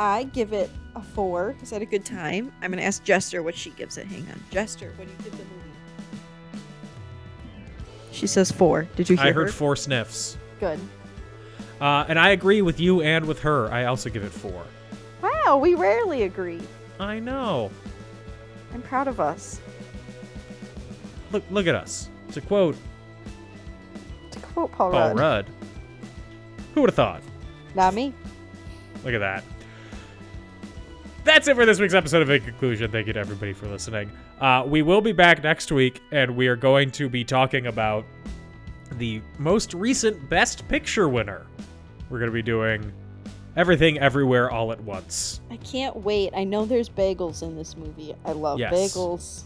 Speaker 7: I give it a four because I had a good time. I'm gonna ask Jester what she gives it. Hang on, Jester, what do you give the movie? She says four. Did you hear
Speaker 6: I heard
Speaker 7: her?
Speaker 6: four sniffs.
Speaker 7: Good.
Speaker 6: Uh, and I agree with you and with her. I also give it four.
Speaker 7: Wow, we rarely agree.
Speaker 6: I know.
Speaker 7: I'm proud of us.
Speaker 6: Look, look at us. To quote
Speaker 7: To quote Paul,
Speaker 6: Paul
Speaker 7: Rudd,
Speaker 6: Rudd, who would have thought?
Speaker 7: not me.
Speaker 6: Look at that. That's it for this week's episode of In Conclusion. Thank you to everybody for listening. Uh, we will be back next week, and we are going to be talking about the most recent Best Picture winner. We're going to be doing everything, everywhere, all at once. [LAUGHS]
Speaker 7: I can't wait. I know there's bagels in this movie. I love
Speaker 6: Yes.
Speaker 7: bagels.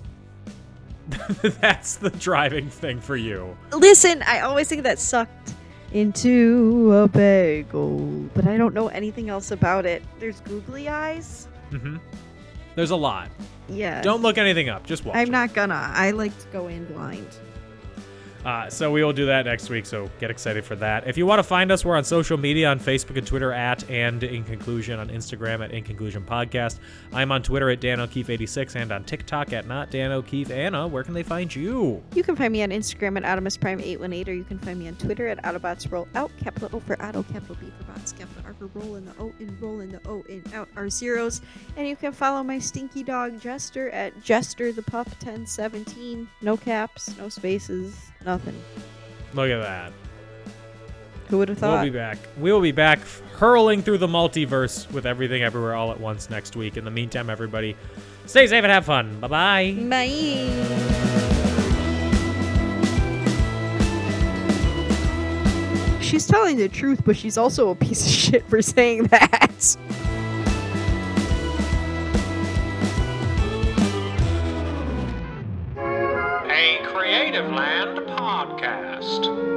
Speaker 6: That's the driving thing for you.
Speaker 8: Listen, I always think that sucked into a bagel, but I don't know anything else about it. There's googly eyes.
Speaker 6: hmm There's a lot.
Speaker 8: Yeah.
Speaker 6: Don't look anything up. Just watch.
Speaker 8: I'm
Speaker 6: it.
Speaker 8: not gonna. I like to go in blind.
Speaker 6: Uh, so we will do that next week. So get excited for that. If you want to find us, we're on social media on Facebook and Twitter at and in conclusion on Instagram at in conclusion podcast. I'm on Twitter at Dan O'Keefe 86 and on TikTok at not Dan O'Keefe. Anna, where can they find you?
Speaker 8: You can find me on Instagram at Optimus Prime 818, or you can find me on Twitter at Autobots Roll Out, capital O for Auto, capital B for Bots, capital R for Roll in the O, and Roll in the O, and Out are zeros. And you can follow my stinky dog Jester at Jester the Pup 1017. No caps, no spaces, nothing.
Speaker 6: Look at that.
Speaker 8: Who would have thought?
Speaker 6: We'll be back. We will be back hurling through the multiverse with everything everywhere all at once next week. In the meantime, everybody, stay safe and have fun. Bye bye.
Speaker 8: Bye. She's telling the truth, but she's also a piece of shit for saying that. [LAUGHS]
Speaker 9: podcast.